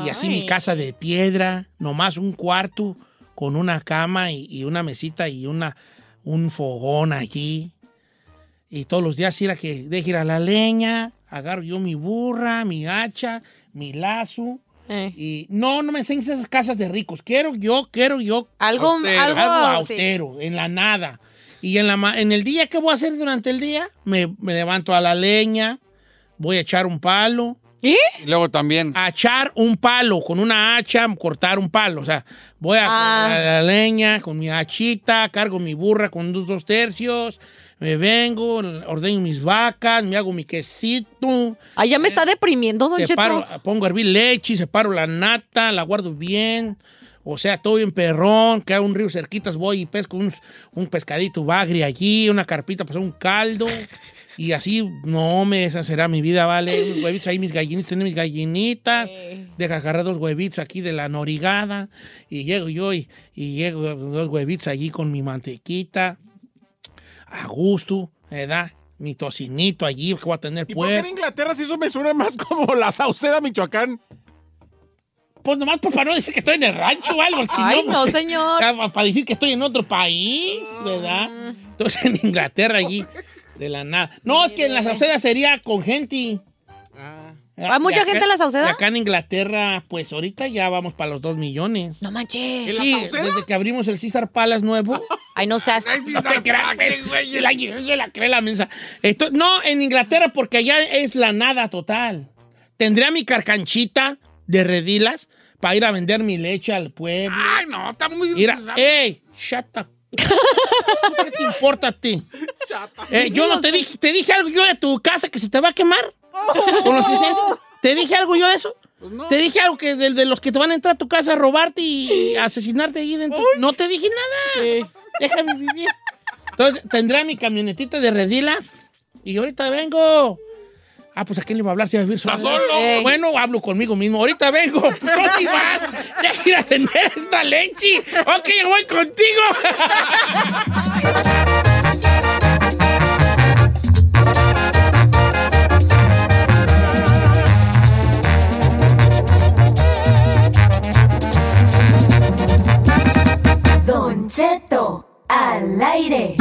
Speaker 5: Y así mi
Speaker 13: Ay.
Speaker 5: casa de piedra, nomás un cuarto con una cama y, y una mesita y una, un fogón allí. Y todos los días ir a que deje ir a la leña, agarro yo mi burra, mi hacha, mi lazo.
Speaker 4: eh.
Speaker 5: Y no, no me enseñes esas casas de ricos. Quiero yo, quiero yo.
Speaker 4: Algo- Austero. algo, sí.
Speaker 5: austero, en la nada. Y en, la, ma- en el día, ¿qué voy a hacer durante el día? Me, me levanto a la leña, voy a echar un palo.
Speaker 4: ¿Y?
Speaker 5: Luego también. A echar un palo con una hacha, cortar un palo. O sea, voy a, a la leña con mi hachita, cargo mi burra con dos, dos tercios, me vengo, ordeño mis vacas, me hago mi quesito.
Speaker 4: Ay, ya me está deprimiendo, don
Speaker 5: Separo,
Speaker 4: Cheto.
Speaker 5: pongo a hervir leche, separo la nata, la guardo bien. O sea, todo bien perrón, queda un río cerquitas, voy y pesco un, un pescadito bagre allí, una carpita para hacer un caldo. Y así, no, me, esa será mi vida, vale. Unos huevitos ahí, mis gallinitas, tengo mis gallinitas.
Speaker 4: Eh.
Speaker 5: Deja agarrar dos huevitos aquí de la norigada. Y llego yo y, y llego dos huevitos allí con mi mantequita. A gusto, ¿verdad? Mi tocinito allí, que voy a tener
Speaker 2: ¿Y por qué en
Speaker 5: puerco.
Speaker 2: Inglaterra si eso me suena más como la Sauceda, Michoacán?
Speaker 5: Pues nomás, por favor, no decir que estoy en el rancho o algo. si
Speaker 4: Ay, no,
Speaker 5: pues,
Speaker 4: señor. Ah.
Speaker 5: ya, pa- Para decir que estoy en otro país, ¿verdad? Entonces en Inglaterra allí, de la nada. No, es que en la Sauceda sería con gente. Ah.
Speaker 4: ¿Hay mucha
Speaker 5: de acá-
Speaker 4: gente en la Sauceda?
Speaker 5: de acá en Inglaterra, pues ahorita ya vamos para los dos millones.
Speaker 4: No manches.
Speaker 5: Sí, desde que abrimos el César Palace nuevo.
Speaker 4: Ay, no seas.
Speaker 5: No te creas, pues, se la, se la cree la mensa. Esto, no, en Inglaterra, porque allá es la nada total. Tendría mi carcanchita de redilas para ir a vender mi leche al pueblo. Ay,
Speaker 7: no, está muy...
Speaker 5: Mira, ey, shut up. ¿Qué te importa a ti? Eh, yo no te dije, te dije algo yo de tu casa que se te va a quemar. Con los incendios. ¿Te dije algo yo de eso? Te dije algo que de, de los que te van a entrar a tu casa a robarte y asesinarte ahí dentro. No te dije nada. Déjame vivir. Entonces, tendrá mi camionetita de redilas y ahorita vengo. Ah, pues a quién le va a hablar si va a vivir solo.
Speaker 7: solo?
Speaker 5: Ey. Bueno, hablo conmigo mismo. Ahorita vengo. Pues, ¿dónde vas? Deja ir a vender esta leche. Ok, voy contigo.
Speaker 9: Don Cheto al aire.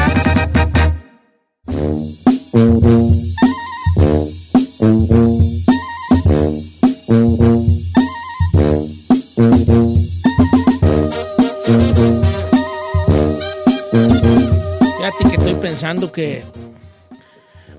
Speaker 5: Fíjate que estoy pensando que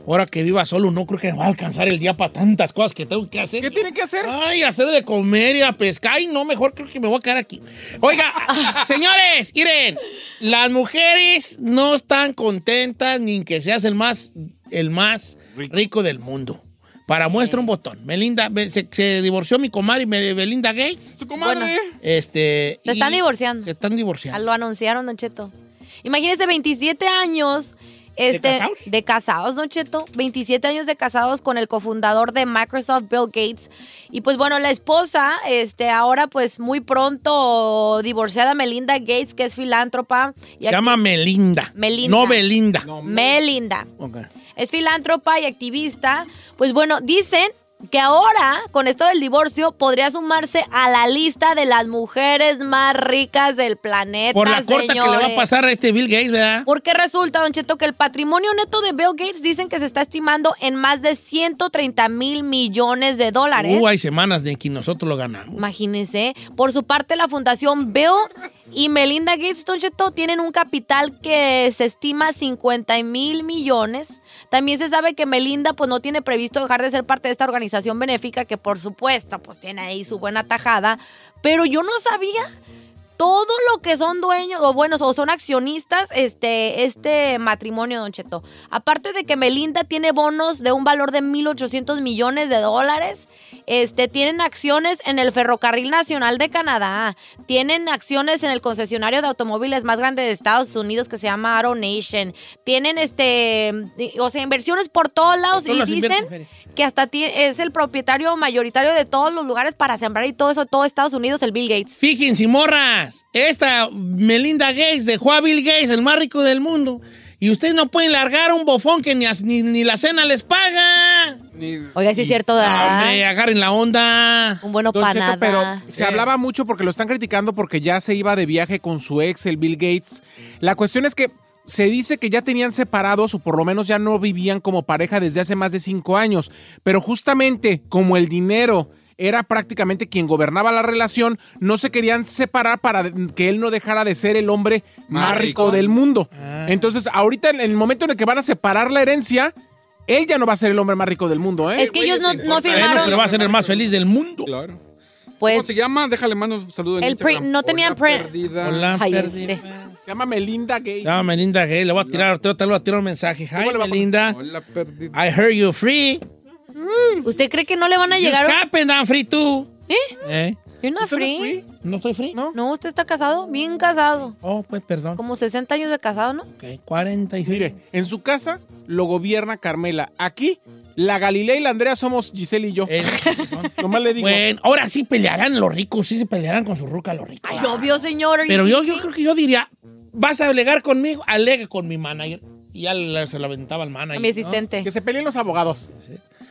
Speaker 5: ahora que viva solo no creo que me va a alcanzar el día para tantas cosas que tengo que hacer. ¿Qué tiene que hacer? Ay, hacer de comer y a pescar. Ay, no, mejor creo que me voy a quedar aquí. Oiga, señores, miren, las mujeres no están contentas ni que seas el más, el más rico. del mundo. Para muestra un botón. Melinda, be- se, se divorció mi comadre Be- Belinda Gates. ¿Su
Speaker 4: comadre? Bueno.
Speaker 5: Este.
Speaker 4: Se están
Speaker 5: y
Speaker 4: divorciando.
Speaker 5: Se están divorciando.
Speaker 4: Lo anunciaron, don Cheto. Imagínese, 27 años Este,
Speaker 5: casados?
Speaker 4: De casados, Don Cheto. 27 años de casados con el cofundador de Microsoft, Bill Gates. Y pues bueno, la esposa, este, ahora pues muy pronto divorciada, Melinda Gates, que es filántropa. Y
Speaker 5: Se
Speaker 4: acti-
Speaker 5: llama Melinda.
Speaker 4: Melinda.
Speaker 5: No Belinda.
Speaker 4: Melinda.
Speaker 5: Ok.
Speaker 4: Es filántropa y activista. Pues bueno, dicen que ahora, con esto del divorcio, podría sumarse a la lista de las mujeres más ricas del planeta.
Speaker 5: Por la corta que le va a
Speaker 4: señores.
Speaker 5: pasar a este Bill Gates, ¿verdad?
Speaker 4: Porque resulta, Don Cheto, que el patrimonio neto de Bill Gates dicen que se está estimando en más de 130 mil millones de dólares.
Speaker 5: Uh, hay semanas de que nosotros lo ganamos.
Speaker 4: Imagínense. Por su parte, la fundación Bill y Melinda Gates, Don Cheto, tienen un capital que se estima 50 mil millones. También se sabe que Melinda pues no tiene previsto dejar de ser parte de esta organización benéfica que por supuesto pues tiene ahí su buena tajada. Pero yo no sabía todo lo que son dueños o buenos o son accionistas este este matrimonio Don Cheto. Aparte de que Melinda tiene bonos de un valor de 1800 millones de dólares, este tienen acciones en el Ferrocarril Nacional de Canadá, tienen acciones en el concesionario de automóviles más grande de Estados Unidos que se llama Arrow Nation. Tienen este o sea, inversiones por todos lados
Speaker 5: Por todos lados
Speaker 4: y
Speaker 5: invierten,
Speaker 4: dicen
Speaker 5: Feria.
Speaker 4: que hasta ti- es el propietario mayoritario de todos los lugares para sembrar y todo eso, todo Estados Unidos, el Bill Gates.
Speaker 5: Fíjense, morras, esta Melinda Gates dejó a Bill Gates, el más rico del mundo. Y ustedes no pueden largar un bofón que ni, as- ni, ni la cena les paga.
Speaker 4: Oiga, sí es cierto,
Speaker 5: Ah,
Speaker 4: ¿verdad?
Speaker 5: Hombre, agarren la onda.
Speaker 4: Un bueno
Speaker 2: Don
Speaker 4: para
Speaker 2: Cheto,
Speaker 4: nada.
Speaker 2: pero se hablaba mucho porque lo están criticando porque ya se iba de viaje con su ex, el Bill Gates. La cuestión es que se dice que ya tenían separados o por lo menos ya no vivían como pareja desde hace más de cinco años. Pero justamente como el dinero era prácticamente quien gobernaba la relación, no se querían separar para de- que él no dejara de ser el hombre
Speaker 7: Más
Speaker 2: más, rico.
Speaker 7: rico. Ah.
Speaker 2: del mundo. Entonces, ahorita en el momento en el que van a separar la herencia, él ya no va a ser el hombre más rico del mundo. ¿eh?
Speaker 4: Es que ellos no, no
Speaker 5: Bueno,
Speaker 4: firmaron.
Speaker 5: pero va a ser el más feliz del mundo.
Speaker 7: Claro.
Speaker 4: Pues,
Speaker 7: ¿Cómo se llama? Déjale mando un saludo en
Speaker 4: el pre-
Speaker 7: Instagram.
Speaker 4: no tenían pre-
Speaker 5: Hola,
Speaker 4: Ay,
Speaker 5: perdí.
Speaker 4: este.
Speaker 2: Se llama Melinda Gates.
Speaker 7: Ah,
Speaker 5: No, Melinda Gates, le voy a tirar, te te le voy a tirar un mensaje. Hi, Melinda. I heard you free.
Speaker 4: ¿Usted cree que no le van a
Speaker 5: Just
Speaker 4: llegar?
Speaker 5: happened, I'm free too.
Speaker 4: ¿Eh?
Speaker 5: ¿Eh?
Speaker 4: ¿You're not free?
Speaker 5: ¿No estoy free?
Speaker 4: No. usted está casado, bien casado.
Speaker 5: Oh, pues perdón.
Speaker 4: Como 60 años de casado, ¿no?
Speaker 5: Ok, 40 y
Speaker 2: Mire, en su casa lo gobierna Carmela. Aquí, la Galilea y la Andrea somos Giselle y yo.
Speaker 7: Eh,
Speaker 2: Nomás le digo.
Speaker 5: Bueno, ahora sí pelearán los ricos, sí se pelearán con su ruca los ricos. Ah,
Speaker 4: Ay, obvio, señor.
Speaker 5: Pero yo, yo creo que yo diría, vas a alegar conmigo, alega con mi manager. Y ya le- se lo aventaba al manager.
Speaker 4: A mi
Speaker 5: ¿no?
Speaker 4: asistente.
Speaker 2: Que se peleen los abogados.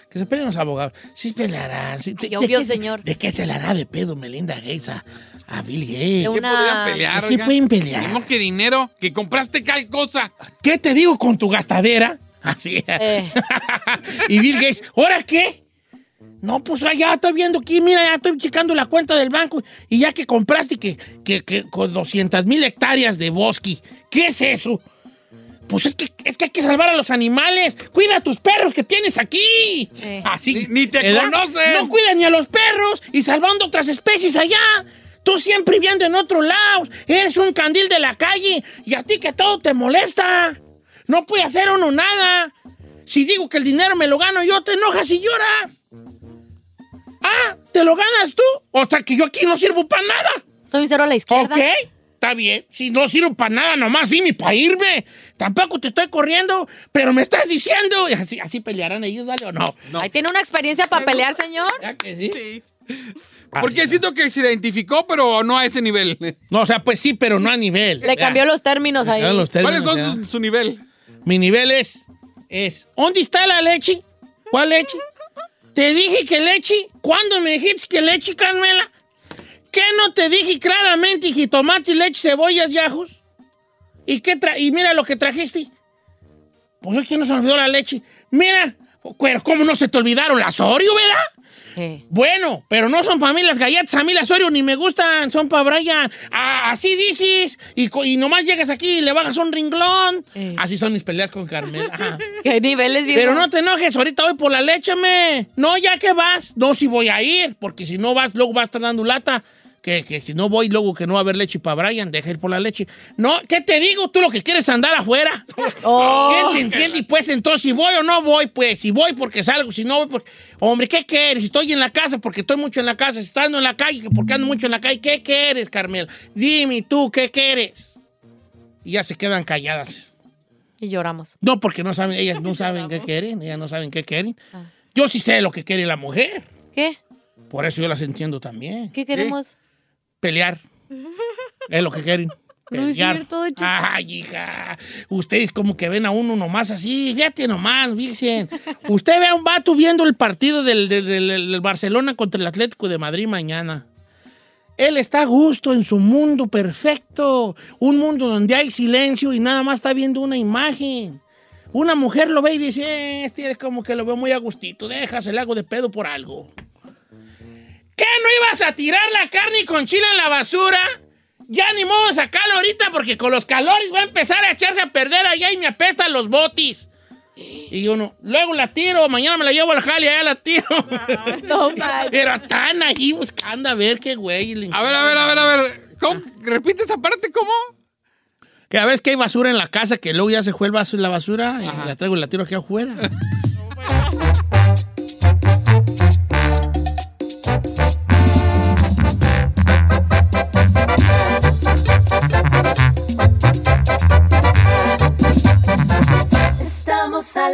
Speaker 5: Que se peleen los abogados. Sí pelearán. sí. ¿De-
Speaker 4: Ay,
Speaker 5: de
Speaker 4: obvio,
Speaker 5: qué se-
Speaker 4: señor.
Speaker 5: ¿De qué se le hará de pedo Melinda Gates a, a Bill Gates?
Speaker 4: De una- podrían
Speaker 7: pelear,
Speaker 5: ¿De qué
Speaker 7: oiga?
Speaker 5: pueden pelear?
Speaker 7: Tengo que dinero, que compraste cal cosa.
Speaker 5: ¿Qué te digo con tu gastadera? Así.
Speaker 4: Eh.
Speaker 5: y Bill Gates, ¿ahora qué? No, pues ah, ya estoy viendo aquí, mira, ya estoy checando la cuenta del banco y ya que compraste que, que, que con 200 mil hectáreas de bosque, ¿qué es eso? Pues es que, es que hay que salvar a los animales. Cuida a tus perros que tienes aquí. Así.
Speaker 7: Ni- ni te conocen.
Speaker 5: No cuida ni a los perros y salvando otras especies allá. Tú siempre viviendo en otro lado. Eres un candil de la calle y a ti que todo te molesta. No puede hacer uno nada. Si digo que el dinero me lo gano yo, te enojas y lloras. Ah, ¿te lo ganas tú? O sea que yo aquí no sirvo para nada.
Speaker 4: Soy un cero a la izquierda.
Speaker 5: Ok, está bien. Si no sirvo para nada, nomás dime para irme. Tampoco te estoy corriendo, pero me estás diciendo. Y así, así pelearán ellos, ¿vale o no?
Speaker 4: Ahí tiene una experiencia para pelear, señor.
Speaker 7: Porque siento que se identificó, pero no a ese nivel.
Speaker 5: No, o sea, pues sí, pero no a nivel.
Speaker 4: Le cambió los términos ahí.
Speaker 5: cambiaron los términos,
Speaker 7: ¿Cuáles son
Speaker 5: ya.
Speaker 7: su, su nivel?
Speaker 5: Mi nivel es, es, ¿dónde está la leche? ¿Cuál leche? Te dije que leche, ¿cuándo me dijiste que leche, Carmela? ¿Qué no te dije claramente, jitomate, leche, cebollas y ajos? ¿Y, qué tra- y mira lo que trajiste. Pues es que no se me olvidó la leche. Mira, pero ¿cómo no se te olvidaron las Oreo, verdad?
Speaker 4: Eh,
Speaker 5: Bueno, pero no son para mí las galletas, a mí las Oreo ni me gustan, son para Brian. Ah, así dices, y, co- y nomás llegas aquí y le bajas un ringlón. Así son mis peleas con Carmela. Ajá.
Speaker 4: ¿Qué niveles viejo?
Speaker 5: Pero no te enojes, ahorita voy por la leche, me. No, ya que vas. No, si voy a ir, porque si no vas, luego vas a estar dando lata. Que, que si no voy, luego que no va a haber leche para Brian, deja ir por la leche. No, ¿qué te digo? Tú lo que quieres es andar afuera. ¿Quién te entiende? Y pues entonces, si voy o no voy, pues, si voy porque salgo, si no voy porque... Hombre, ¿qué quieres? Estoy en la casa porque estoy mucho en la casa, si estando en la calle porque ando mucho en la calle, ¿qué quieres, Carmela? Dime tú, ¿qué quieres? Y ya se quedan calladas.
Speaker 4: Y lloramos.
Speaker 5: No, porque no saben, ellas no saben qué quieren, ellas no saben qué quieren. Yo sí sé lo que quiere la mujer.
Speaker 4: ¿Qué?
Speaker 5: Por eso yo las entiendo también.
Speaker 4: ¿Qué queremos?
Speaker 5: Pelear. Es lo que quieren.
Speaker 4: No es
Speaker 5: Pelear.
Speaker 4: cierto, chico.
Speaker 5: Ay, hija. Ustedes como que ven a uno nomás así. Fíjate nomás, fíjense. Usted ve a un vato viendo el partido del, del- del- del Barcelona contra el Atlético de Madrid mañana. Él está a gusto en su mundo perfecto. Un mundo donde hay silencio y nada más está viendo una imagen. Una mujer lo ve y dice, "Eh, este es como que lo veo muy a gustito. Déjase, le hago de pedo por algo. ¿Qué no ibas a tirar la carne con chile en la basura? Ya ni modo de sacarlo ahorita porque con los calores va a empezar a echarse a perder allá y me apestan los botis. Y yo no, luego la tiro, mañana me la llevo al jale, allá la tiro. No, Pero tan allí buscando a ver qué güey. A ver, a ver, a ver, a ver. ¿Repite esa parte cómo? Que a veces que hay basura en la casa que luego ya se fue el basu- la basura y la traigo y la tiro aquí afuera.
Speaker 9: Estamos al